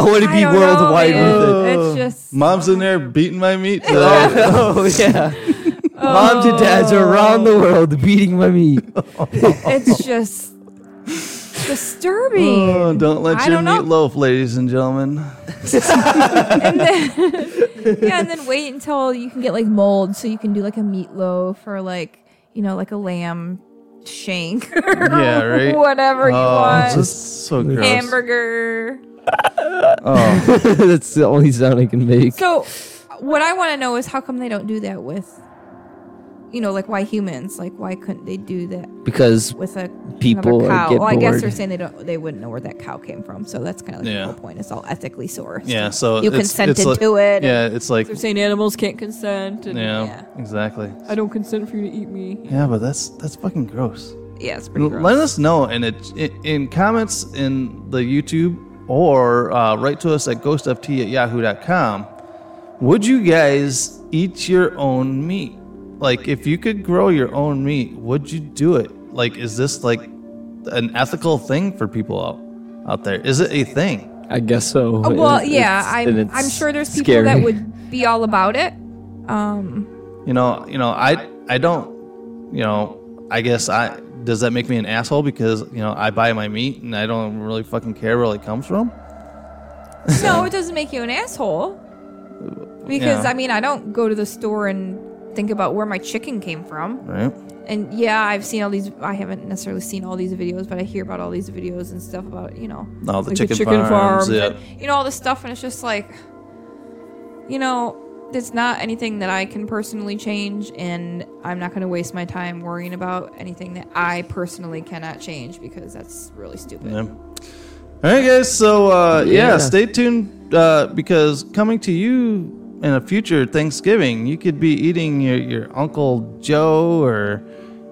H: want to
I: I
H: be
I: don't know,
H: worldwide
I: man.
H: with it.
I: It's just
F: Mom's in there beating my meat.
H: Oh, oh, yeah.
I: oh,
H: Moms and dads are around the world beating my meat.
I: it's just disturbing.
F: Oh, don't let
I: I
F: your
I: don't
F: meat
I: know.
F: loaf, ladies and gentlemen.
I: and then, yeah, and then wait until you can get like mold, so you can do like a meatloaf or like you know like a lamb shank or
F: Yeah, right.
I: whatever you
F: Oh,
I: want.
F: Just so gross.
I: Hamburger.
F: Oh,
H: That's the only sound I can make.
I: So, what I want to know is how come they don't do that with, you know, like why humans? Like why couldn't they do that
H: Because
I: with a
H: people
I: another cow?
H: get
I: well, I guess
H: bored.
I: they're saying they don't, they wouldn't know where that cow came from. So that's kind of like
F: Yeah.
I: the whole point. It's all ethically sourced.
F: yeah. So
I: you
F: it's-
I: consented
F: it's like-
I: to it. and
F: Yeah, it's like
I: they're saying animals can't consent. And
F: yeah,
I: yeah.
F: exactly.
I: I don't consent for you to eat me.
F: Yeah, but that's that's fucking gross.
I: Yeah, it's pretty
F: L-
I: gross.
F: Let us know in it in, in comments in the YouTube or uh, write to us at ghostft at yahoo.com. Would you guys eat your own meat? Like, if you could grow your own meat, would you do it? Like, is this like an ethical thing for people out out there? Is it a thing?
H: I guess so.
I: Oh, well,
H: It-
I: yeah,
H: it's- and
I: I'm,
H: it's
I: I'm sure there's people
H: scary.
I: that would be all about it. Um,
F: You know, you know, I I don't, you know, I guess I does that make me an asshole because you know I buy my meat and I don't really fucking care where it comes from.
I: no, it doesn't make you an asshole. Because
F: Yeah.
I: I mean, I don't go to the store and think about where my chicken came from.
F: Right.
I: And yeah, I've seen all these. I haven't necessarily seen all these videos, but I hear about all these videos and stuff about you know,
F: No, the
I: like
F: chicken farms, yeah.
I: and, you know all this stuff, and it's just like, you know, it's not anything that I can personally change, and I'm not going to waste my time worrying about anything that I personally cannot change because that's really stupid.
F: Yeah. All right, guys. So uh, yeah.
H: Yeah.
F: stay tuned uh, because coming to you in a future Thanksgiving, you could be eating your, your Uncle Joe or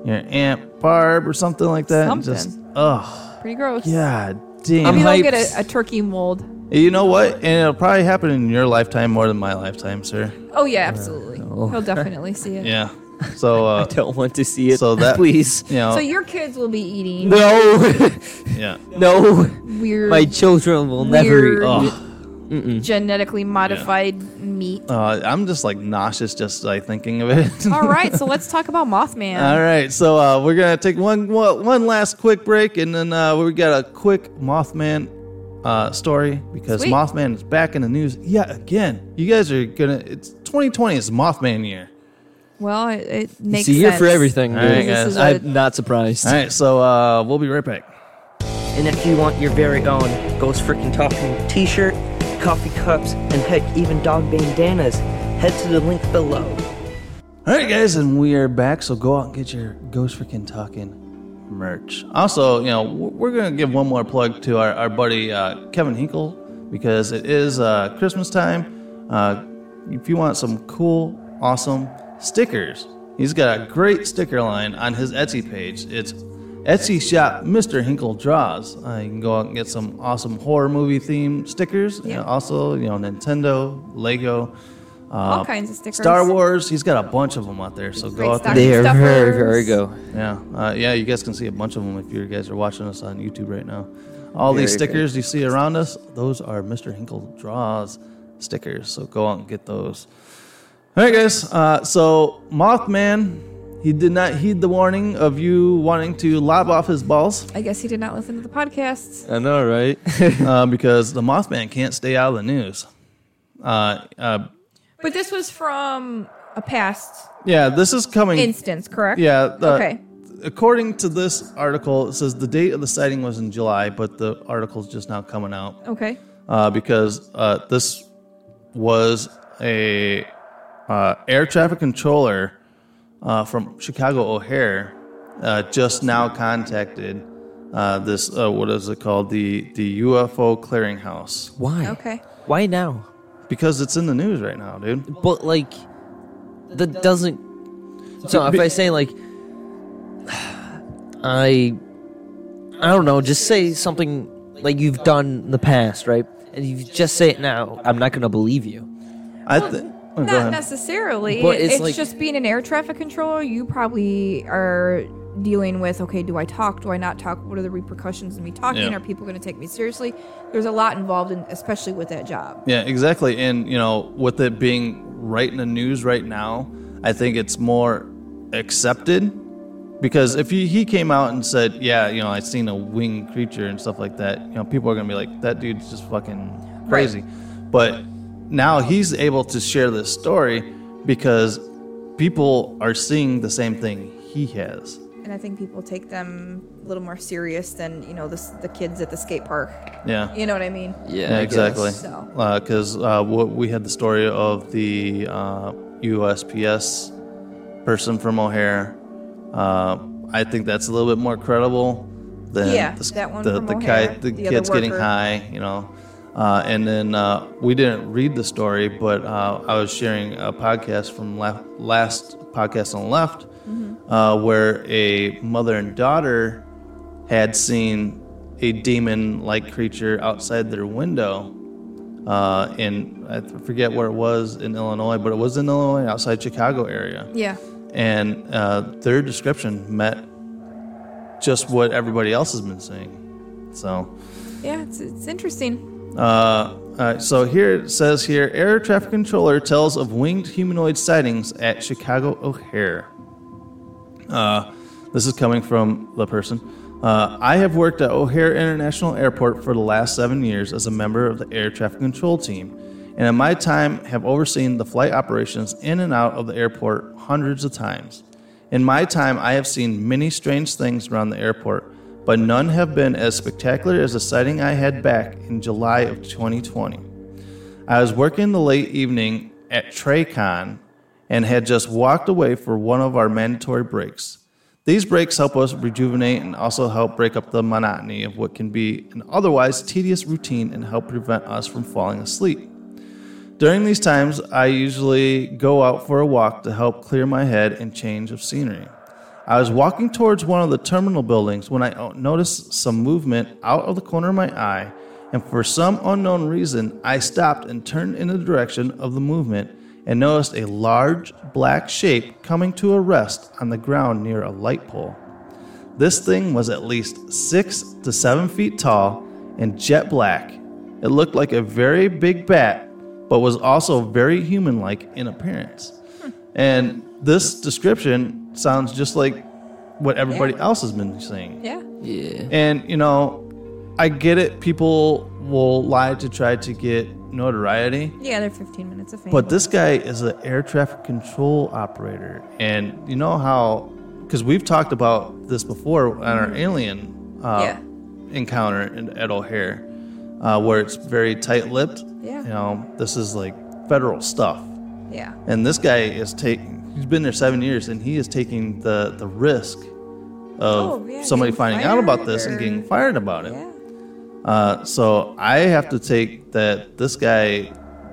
F: your Aunt Barb or something like that. and Just
I: Something.
F: oh
I: Pretty gross.
F: god
I: Maybe
F: damn.
I: they'll
H: hyped.
I: get a, a turkey mold.
F: you know what? And it'll probably happen in your lifetime more than my lifetime, sir.
I: Oh yeah, absolutely.
H: no.
I: He'll definitely see it.
F: Yeah. So uh,
H: I don't want to see it.
F: so that
H: please.
F: you know,
I: So your kids will be eating
H: No.
F: yeah.
H: no.
I: weird.
H: My children will never.
I: Weird.
H: eat-
F: Oh.
H: Mm-mm.
I: genetically modified meat.
F: Uh, I'm just like nauseous just like thinking of it.
I: All right, so let's talk about Mothman.
F: All right, so uh, we're gonna take one one one last quick break, and then uh, we got a quick Mothman uh, story because
I: Sweet.
F: Mothman is back in the news yet again. You guys are gonna. It's 2020 is Mothman year.
I: Well, it, it makes
H: it's a year
I: sense.
H: for everything.
F: All
H: dude.
F: right, guys.
H: I'm not surprised.
F: All right, so uh, we'll be right back.
L: And if you want your very own Ghost Freaking Talking t shirt, coffee cups, and heck, even dog bandanas, head to the link below.
F: All right, guys, and we are back. So go out and get your Ghost Freaking Talking merch. Also, you know, w- we're going to give one more plug to our, our buddy uh, Kevin Hinkle because it is uh, Christmas time. Uh, if you want some cool, awesome stickers, he's got a great sticker line on his Etsy page. It's Etsy shop Mr. Hinkle Draws. Uh, you can go out and get some awesome horror movie themed stickers. And also, you know, Nintendo, Lego. Uh,
I: All kinds of stickers.
F: Star Wars. He's got a bunch of them out there. So
I: Great
F: go out there.
I: stocking They are very, stuffers. very
H: go.
F: Yeah, uh, yeah. You guys can see a bunch of them if you guys are watching us on YouTube right now. All these
H: Very
F: stickers you see around us, those are Mr. Hinkle draws stickers. So go out and get those. All right, guys. Uh, so Mothman, he did not heed the warning of you wanting to lob off his balls.
I: I guess he did not listen to the podcast.
F: I know, right? uh, because the Mothman can't stay out of the news. Uh, uh,
I: But this was from a past
F: yeah, this is coming.
I: instance, correct?
F: Yeah. the-
I: okay.
F: According to this article, it says the date of the sighting was in July, but the article's just now coming out
I: Okay.
F: uh, because uh, this was a uh, air traffic controller uh, from Chicago O'Hare uh, just now contacted uh, this uh, what is it called the the UFO clearinghouse
H: Why?
I: Okay.
H: Why now?
F: because it's in the news right now, dude.
H: But like, that doesn't. So if I say like, I, I don't know, just say something like you've done in the past, right? And you just say it now, I'm not gonna believe you.
F: I oh, think.
I: Not necessarily.
H: But it's
I: it's
H: like-
I: just being an air traffic controller. You probably are dealing with okay, do I talk? Do I not talk? What are the repercussions of me talking?
F: Yeah.
I: Are people going to take me seriously? There's a lot involved, in, especially with that job.
F: Yeah, exactly. And you know, with it being right in the news right now, I think it's more accepted because if he, he came out and said, "Yeah, you know, I seen a winged creature and stuff like that," you know, people are gonna be like, "That dude's just fucking crazy." But now he's able to share this story because people are seeing the same thing he has.
I: And I think people take them a little more serious than you know the the kids at the skate park.
F: Yeah.
I: You know what I mean?
F: Yeah, exactly.
I: So
F: Because uh, what we had the story of the uh, USPS person from O'Hare. Uh, I think that's a little bit more credible than
I: Yeah,
F: the,
I: that one
F: the,
I: from
F: the
I: O'Hare,
F: guy, the,
I: the other
F: kid's getting
I: worker.
F: high, you know. Uh, and then uh, we didn't read the story, but uh, I was sharing a podcast from la- last podcast on the left
I: Mm-hmm.
F: uh, where a mother and daughter had seen a demon like creature outside their window. Uh, in I forget where it was in Illinois, but it was in Illinois, outside Chicago area.
I: yeah.
F: And uh, their description met just what everybody else has been seeing. So,
I: Yeah, it's, it's interesting.
F: uh, uh, so here it says here, air traffic controller tells of winged humanoid sightings at Chicago O'Hare. Uh, this is coming from the person. Uh, I have worked at O'Hare International Airport for the last seven years as a member of the air traffic control team, and in my time have overseen the flight operations in and out of the airport hundreds of times. In my time, I have seen many strange things around the airport, but none have been as spectacular as the sighting I had back in July of 2020. I was working the late evening at Tracon and had just walked away for one of our mandatory breaks. These breaks help us rejuvenate and also help break up the monotony of what can be an otherwise tedious routine and help prevent us from falling asleep. During these times, I usually go out for a walk to help clear my head and change of scenery. I was walking towards one of the terminal buildings when I o- noticed some movement out of the corner of my eye, and for some unknown reason, I stopped and turned in the direction of the movement and noticed a large black shape coming to a rest on the ground near a light pole. This thing was at least six to seven feet tall and jet black It looked like a very big bat, but was also very human like in appearance. And this description sounds just like what everybody
I: Yeah.
F: else has been saying.
I: Yeah.
H: Yeah.
F: And, you know, I get it. People will lie to try to get notoriety.
I: Yeah, they're 15 minutes of fame.
F: But this guy is an air traffic control operator. And you know how, because we've talked about this before on our alien uh, encounter in, at O'Hare, uh, where it's very tight lipped.
I: Yeah.
F: You know, this is like federal stuff.
I: Yeah.
F: And this guy is taking, he's been there seven years and he is taking the, the risk of
I: Oh, yeah,
F: somebody
I: getting
F: finding out about
I: fired
F: this and
I: or-
F: getting fired about it. Uh, so I have to take that this guy,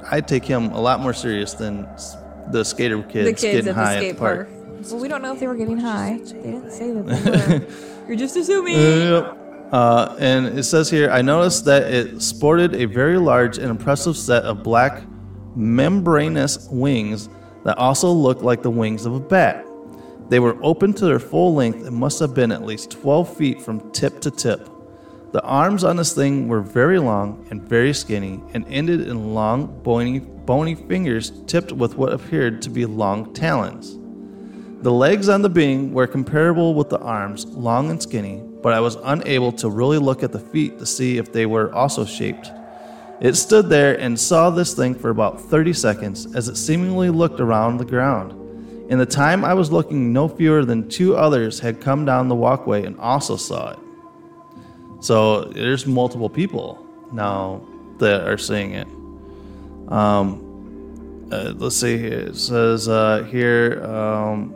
F: I take him a lot more serious than s- the skater kids,
I: the kids
F: getting
I: at the
F: high
I: skate
F: at the park.
I: park. Well, we don't know if they were getting high. They didn't say that they were. You're just assuming.
F: Yep. Uh, and it says here, I noticed that it sported a very large and impressive set of black membranous wings that also looked like the wings of a bat. They were open to their full length and must have been at least 12 feet from tip to tip. The arms on this thing were very long and very skinny and ended in long, bony, bony fingers tipped with what appeared to be long talons. The legs on the being were comparable with the arms, long and skinny, but I was unable to really look at the feet to see if they were also shaped. It stood there and saw this thing for about 30 seconds as it seemingly looked around the ground. In the time I was looking, no fewer than two others had come down the walkway and also saw it. So there's multiple people now that are seeing it. Um, uh, let's see here. It says uh, here um,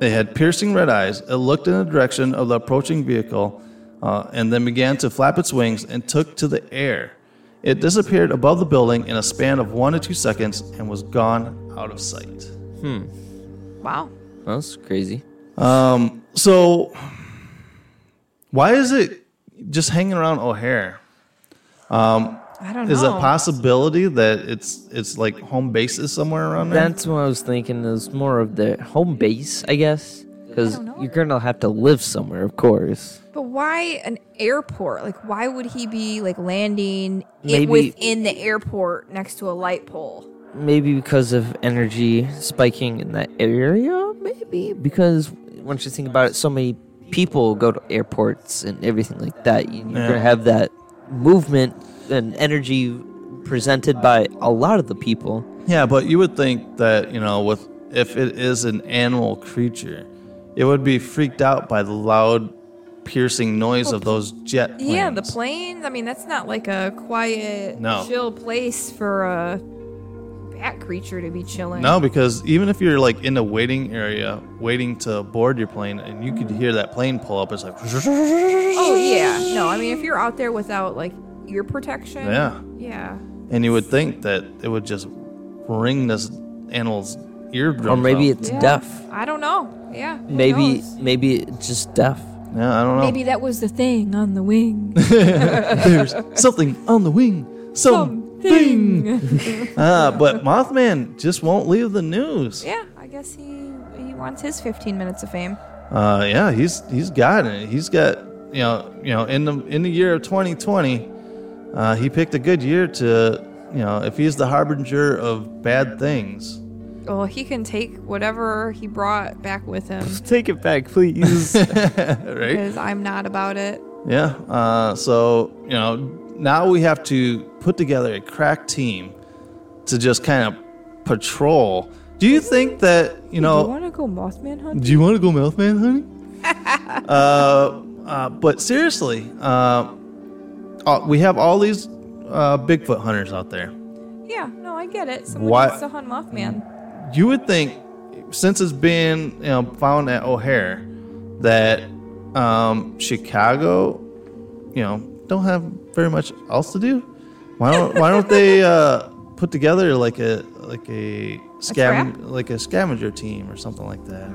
F: it had piercing red eyes. It looked in the direction of the approaching vehicle uh, and then began to flap its wings and took to the air. It disappeared above the building in a span of one to two seconds and was gone out of sight.
H: Hmm.
I: Wow.
H: That's crazy.
F: Um, so why is it just hanging around O'Hare? Um,
I: I don't
F: Is a
I: know.
F: possibility that it's it's like home base is somewhere around there?
H: That's what I was thinking. Is more of the home base, I guess, because you're gonna have to live somewhere, of course.
I: But why an airport? Like, why would he be like landing
H: Maybe-
I: it within the airport next to a light pole?
H: Maybe because of energy spiking in that area. Maybe because once you think about it, so many people go to airports and everything like that. You- You're
F: Yeah.
H: gonna have that movement and energy presented by a lot of the people.
F: Yeah, but you would think that you know, with if it is an animal creature, it would be freaked out by the loud, piercing noise of those jet.
I: Yeah, the planes. I mean, that's not like a quiet,
F: No.
I: chill place for a bat creature to be chilling.
F: No, because even if you're like in the waiting area, waiting to board your plane, and you could hear that plane pull up, it's like,
I: Oh yeah. No, I mean, if you're out there without like ear protection.
F: Yeah.
I: Yeah.
F: and you would think that it would just ring this animal's eardrum.
H: Or maybe it's
I: Yeah.
H: deaf.
I: I don't know. Yeah. who
H: Maybe
I: knows?
H: maybe it's just deaf.
F: Yeah, I don't
I: Maybe that was the thing on the wing.
F: There's something on the wing. Something. Ah, but Mothman just won't leave the news.
I: yeah, I guess he he wants his 15 minutes of fame.
F: Uh, yeah, he's he's got it. He's got you know you know in the in the year of 2020, uh, he picked a good year to you know if he's the harbinger of bad things.
I: Well, he can take whatever he brought back with him
H: Take it back, please.
F: right?
I: because I'm not about it.
F: Yeah. Uh, so you know now we have to put together a crack team to just kind of patrol. Do you think that you know?
I: want to go Mothman hunting?
F: Do you want to go Mouthman, honey? uh, uh, but seriously, uh, uh, we have all these uh, Bigfoot hunters out there.
I: Yeah, no, I get it. Someone
F: Why-
I: needs to hunt Mothman.
F: You would think, since it's been you know, found at O'Hare, that um, Chicago, you know, don't have very much else to do. Why don't Why don't they uh, put together like a like a
I: trap?
F: scam like a scavenger team or something like that?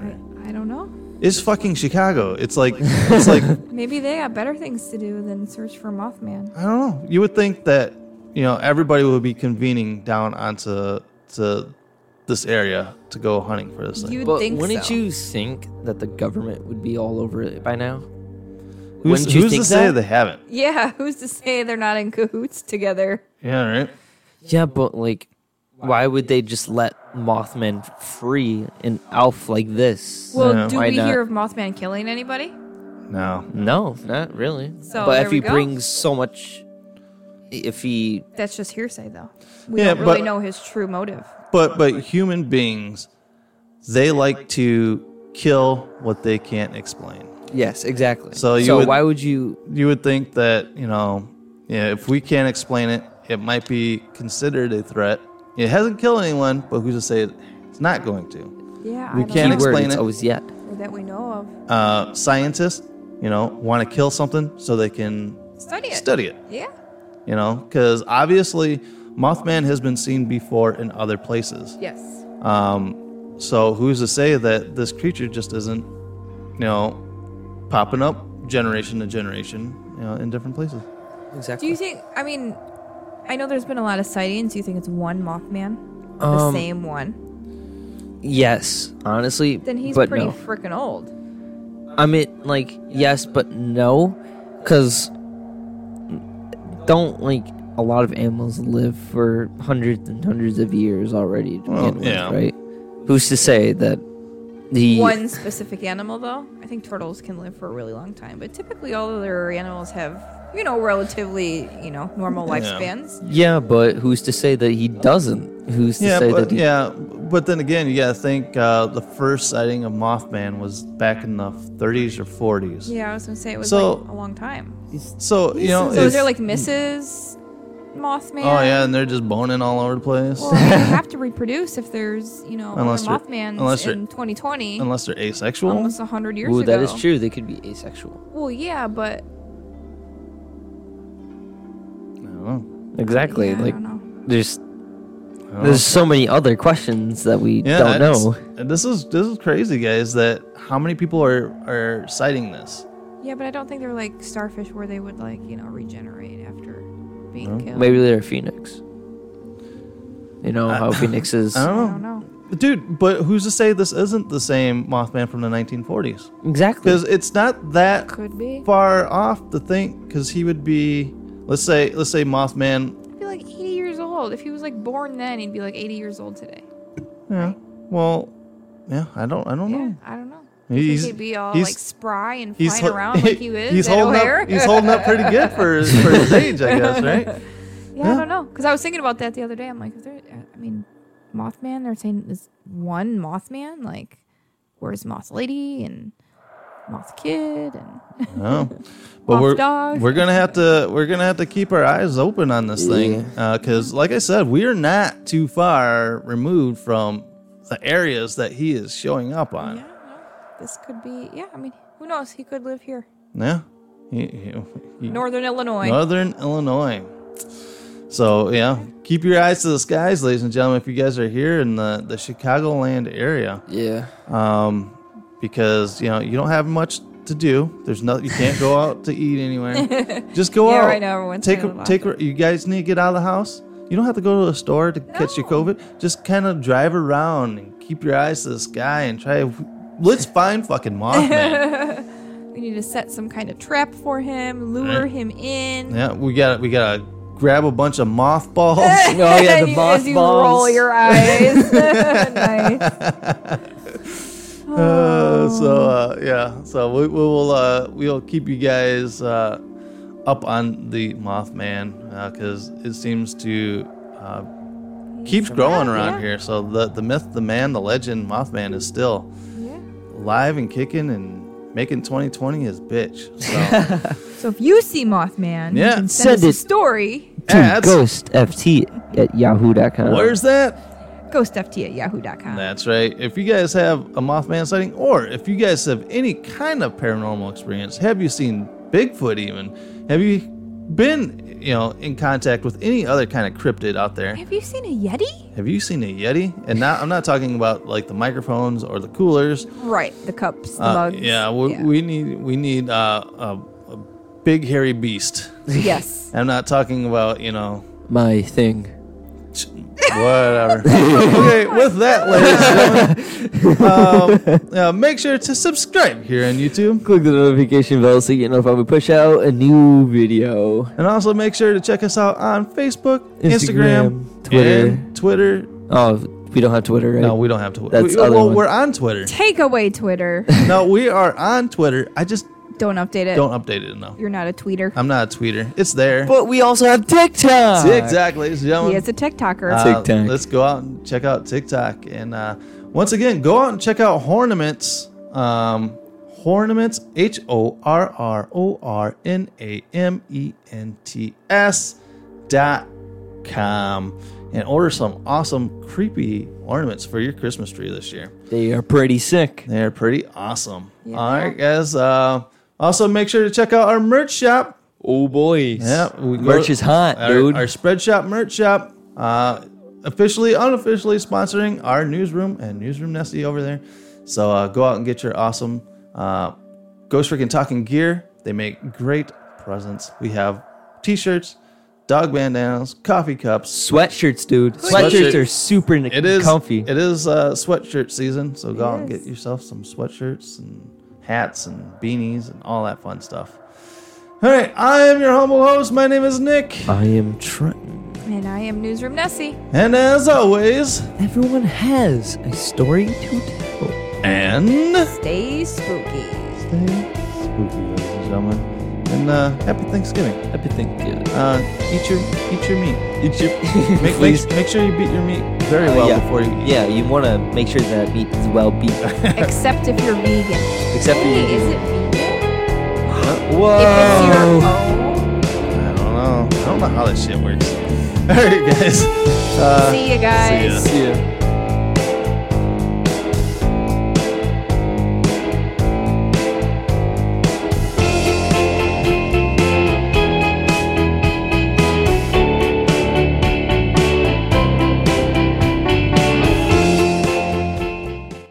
I: I don't know.
F: It's fucking Chicago. It's like it's like
I: Maybe they got better things to do than search for Mothman.
F: I don't know. You would think that you know everybody would be convening down onto to this area to go hunting for this thing.
I: You would
H: But
I: think
H: wouldn't
I: so.
H: you think that the government would be all over it by now?
F: Who's,
H: Wouldn't you
F: who's
H: think
F: to say
H: that?
F: they haven't?
I: Yeah, who's to say they're not in cahoots together?
F: Yeah, right.
H: Yeah, but like, why would they just let Mothman free an elf like this?
I: Well, do
H: Why
I: we
H: not?
I: hear of Mothman killing anybody?
F: No,
H: no, not really.
I: So
H: but
I: there
H: if
I: we
H: he
I: go.
H: brings so much, if he
I: That's just hearsay, though. We
F: Yeah,
I: don't really
F: but-
I: know his true motive.
F: But but human beings, they like to kill what they can't explain.
H: yes, exactly.
F: So you
H: so
F: would,
H: why would you?
F: you would think that you know, yeah, if we can't explain it, it might be considered a threat. It hasn't killed anyone, but who's to say it's not going to?
I: Yeah,
F: we
I: I don't
F: can't
I: know.
H: Keyword,
F: explain
H: it's
F: it.
H: always yet.
I: Or that we know of.
F: Uh, scientists, you know, want to kill something so they can
I: Study it.
F: Study it.
I: Yeah.
F: You know, because obviously Mothman has been seen before in other places.
I: Yes.
F: Um, so who's to say that this creature just isn't, you know, popping up generation to generation, you know, in different places?
H: Exactly.
I: Do you think? I mean, I know there's been a lot of sightings. Do you think it's one Mothman, the
H: Um,
I: same one?
H: Yes, honestly.
I: Then he's
H: but
I: pretty
H: no.
I: frickin' old.
H: I mean, like, yes, but no, because don't like a lot of animals live for hundreds and hundreds of years already to
F: Well,
H: begin with,
F: yeah.
H: right? Who's to say that the
I: One specific animal, though. I think turtles can live for a really long time, but typically all other animals have, you know, relatively, you know, normal
F: Yeah.
I: lifespans.
H: yeah, but who's to say that he doesn't? Who's to
F: Yeah,
H: say
F: but,
H: that he,
F: yeah, but then again, you gotta think uh, the first sighting of Mothman was back in the 30s or 40s.
I: Yeah, I was gonna say it was
F: So-
I: like a long time.
F: So you know,
I: so is
F: if-
I: there like Mrs. Mothman?
F: oh yeah, and they're just boning all over the place.
I: Well, they have to reproduce if there's, you know,
F: Unless
I: other
F: you're-
I: Mothmans
F: unless you're-
I: in 2020.
F: Unless they're asexual.
I: Almost 100 years
H: Ooh,
I: ago.
H: that is true. They could be asexual.
I: Well, yeah, but
F: I don't know.
H: Exactly.
I: Yeah, I
H: like,
I: don't know.
H: there's
F: know.
H: there's so many other questions that we
F: Oh, Yeah,
H: don't
F: that's-
H: know.
F: This is this is crazy, guys. That how many people are are citing this?
I: yeah, but I don't think they're like starfish where they would like, you know, regenerate after being killed.
H: Maybe they're a phoenix. You know how phoenixes.
F: I don't know.
I: I don't know.
F: Dude, but who's to say this isn't the same Mothman from the 1940s?
H: Exactly.
F: Because it's not that
I: Could be.
F: far off to think. Because he would be, let's say, let's say Mothman.
I: He'd be like 80 years old. If he was like born then, he'd be like 80 years old today.
F: Yeah. Well, yeah. I don't. I don't
I: Yeah,
F: know.
I: I don't know.
F: He's-
I: He's, he'd be all
F: he's-
I: like spry and
F: he's
I: flying
F: hol-
I: around like he is
F: He's
I: at
F: holding
I: O'Hare.
F: up. He's holding up pretty good for his, for his age, I guess. Right.
I: yeah, I don't know. Because I was thinking about that the other day. I'm like, if there, I mean, Mothman, they're saying there's one Mothman. Like, where's Moth Lady and Moth Kid? And
F: No. Oh. But
I: Off
F: we're
I: dog.
F: we're gonna have to we're gonna have to keep our eyes open on this thing because, like I said, we are not too far removed from the areas that he is showing up on.
I: yeah,
F: Yeah,
I: no, this could be, yeah, I mean, who knows? He could live here.
F: He- he- he-
I: Northern Illinois.
F: Northern Illinois. So yeah, keep your eyes to the skies, ladies and gentlemen. If you guys are here in the the Chicagoland area,
H: Yeah.
F: um, because you know you don't have much to do. There's nothing you can't go out to eat anywhere. Just go
I: Yeah,
F: out.
I: right now everyone's
F: take
I: kind
F: a,
I: of
F: take. A, you guys need to get out of the house. You don't have to go to a store to catch your COVID. Just kind of drive around and keep your eyes to the sky and try. Let's find fucking Mothman.
I: we need to set some kind of trap for him, lure
F: Right.
I: him in.
F: yeah, we got to we got to grab a bunch of mothballs.
H: Oh yeah, the
I: You-
H: boss
I: as you roll
H: balls.
I: your eyes. nice.
F: Uh, so uh, yeah, so we, we will uh, we'll keep you guys uh, up on the Mothman because it seems to uh, keeps growing around here. So the the myth, the man, the legend, Mothman is still live and kicking and making 2020 his bitch.
I: So
F: So,
I: if you see Mothman,
F: Yeah.
I: you can
H: Send
I: send, us
H: it.
I: a story.
H: To
F: ads.
H: ghostft at yahoo.com.
F: Where's that?
I: GhostFT at yahoo.com.
F: That's right. If you guys have a Mothman sighting, or if you guys have any kind of paranormal experience, have you seen Bigfoot even? Have you been, you know, in contact with any other kind of cryptid out there?
I: Have you seen a Yeti?
F: Have you seen a Yeti? And not, I'm not talking about like the microphones or the coolers.
I: Right, the cups, the
F: Uh,
I: mugs.
F: yeah, we, we need we need uh, a, a big hairy beast.
I: Yes.
F: I'm not talking about you know
H: My thing.
F: Whatever. okay, with that, ladies and gentlemen, um, uh, make sure to subscribe here on YouTube.
H: Click the notification bell so you get notified when we push out a new video.
F: And also make sure to check us out on Facebook, Instagram,
H: Instagram, Twitter.
F: and Twitter.
H: Oh, we don't have Twitter, right?
F: No, we don't have Twitter.
H: That's
F: we,
H: other
F: well,
H: one.
F: we're on Twitter.
I: Take away Twitter.
F: no, we are on Twitter. I just
I: Don't update it.
F: don't Uh, update it enough.
I: You're not a tweeter.
F: I'm not a tweeter. It's there.
H: But we also have TikTok.
F: TikTok, ladies and gentlemen.
I: He is a TikToker.
F: Uh,
H: TikTok.
F: Let's go out and check out TikTok. And uh, once again, go out and check out Hornaments. Um, Hornaments, H O R R O R N A M E N T S dot com and order some awesome, creepy ornaments for your Christmas tree this year.
H: They are pretty sick.
F: They're pretty awesome. All right, guys. Uh, also, make sure to check out our merch shop.
H: Oh boy.
F: Yeah, we go-
H: Merch is hot,
F: our,
H: dude.
F: Our spread shop, merch shop, uh, officially, unofficially sponsoring our newsroom and newsroom Nessie over there. So uh, go out and get your awesome uh, Ghost Freaking Talking gear. They make great presents. We have t-shirts, dog bandanas, coffee cups.
H: Sweatshirts, dude.
F: Sweatshirt.
H: Sweatshirts are super n-
F: It is
H: comfy.
F: It is uh, sweatshirt season, so go out and
M: is.
F: get yourself some sweatshirts and hats and beanies and all that fun stuff. All right, I am your humble host. My name is Nick.
H: I am Trenton.
I: And I am Newsroom Nessie.
F: And as always,
H: Everyone has a story to tell.
F: and
I: Stay spooky.
F: spooky, ladies and gentlemen, and uh, happy Thanksgiving.
H: Happy Thanksgiving.
F: Uh, eat your eat your meat.
H: It's your
F: Make
H: Please.
F: make, make sure you beat your meat very
H: Uh,
F: well
H: yeah.
F: before you.
H: Yeah, you want to make sure that meat is well beat.
I: Except if you're vegan.
H: Except for
I: Hey, is
H: you.
I: it vegan? If it's your
H: Whoa.
I: own.
F: I don't know. I don't know how this shit works. All right, guys. Uh,
I: See you guys.
F: See ya.
H: See ya.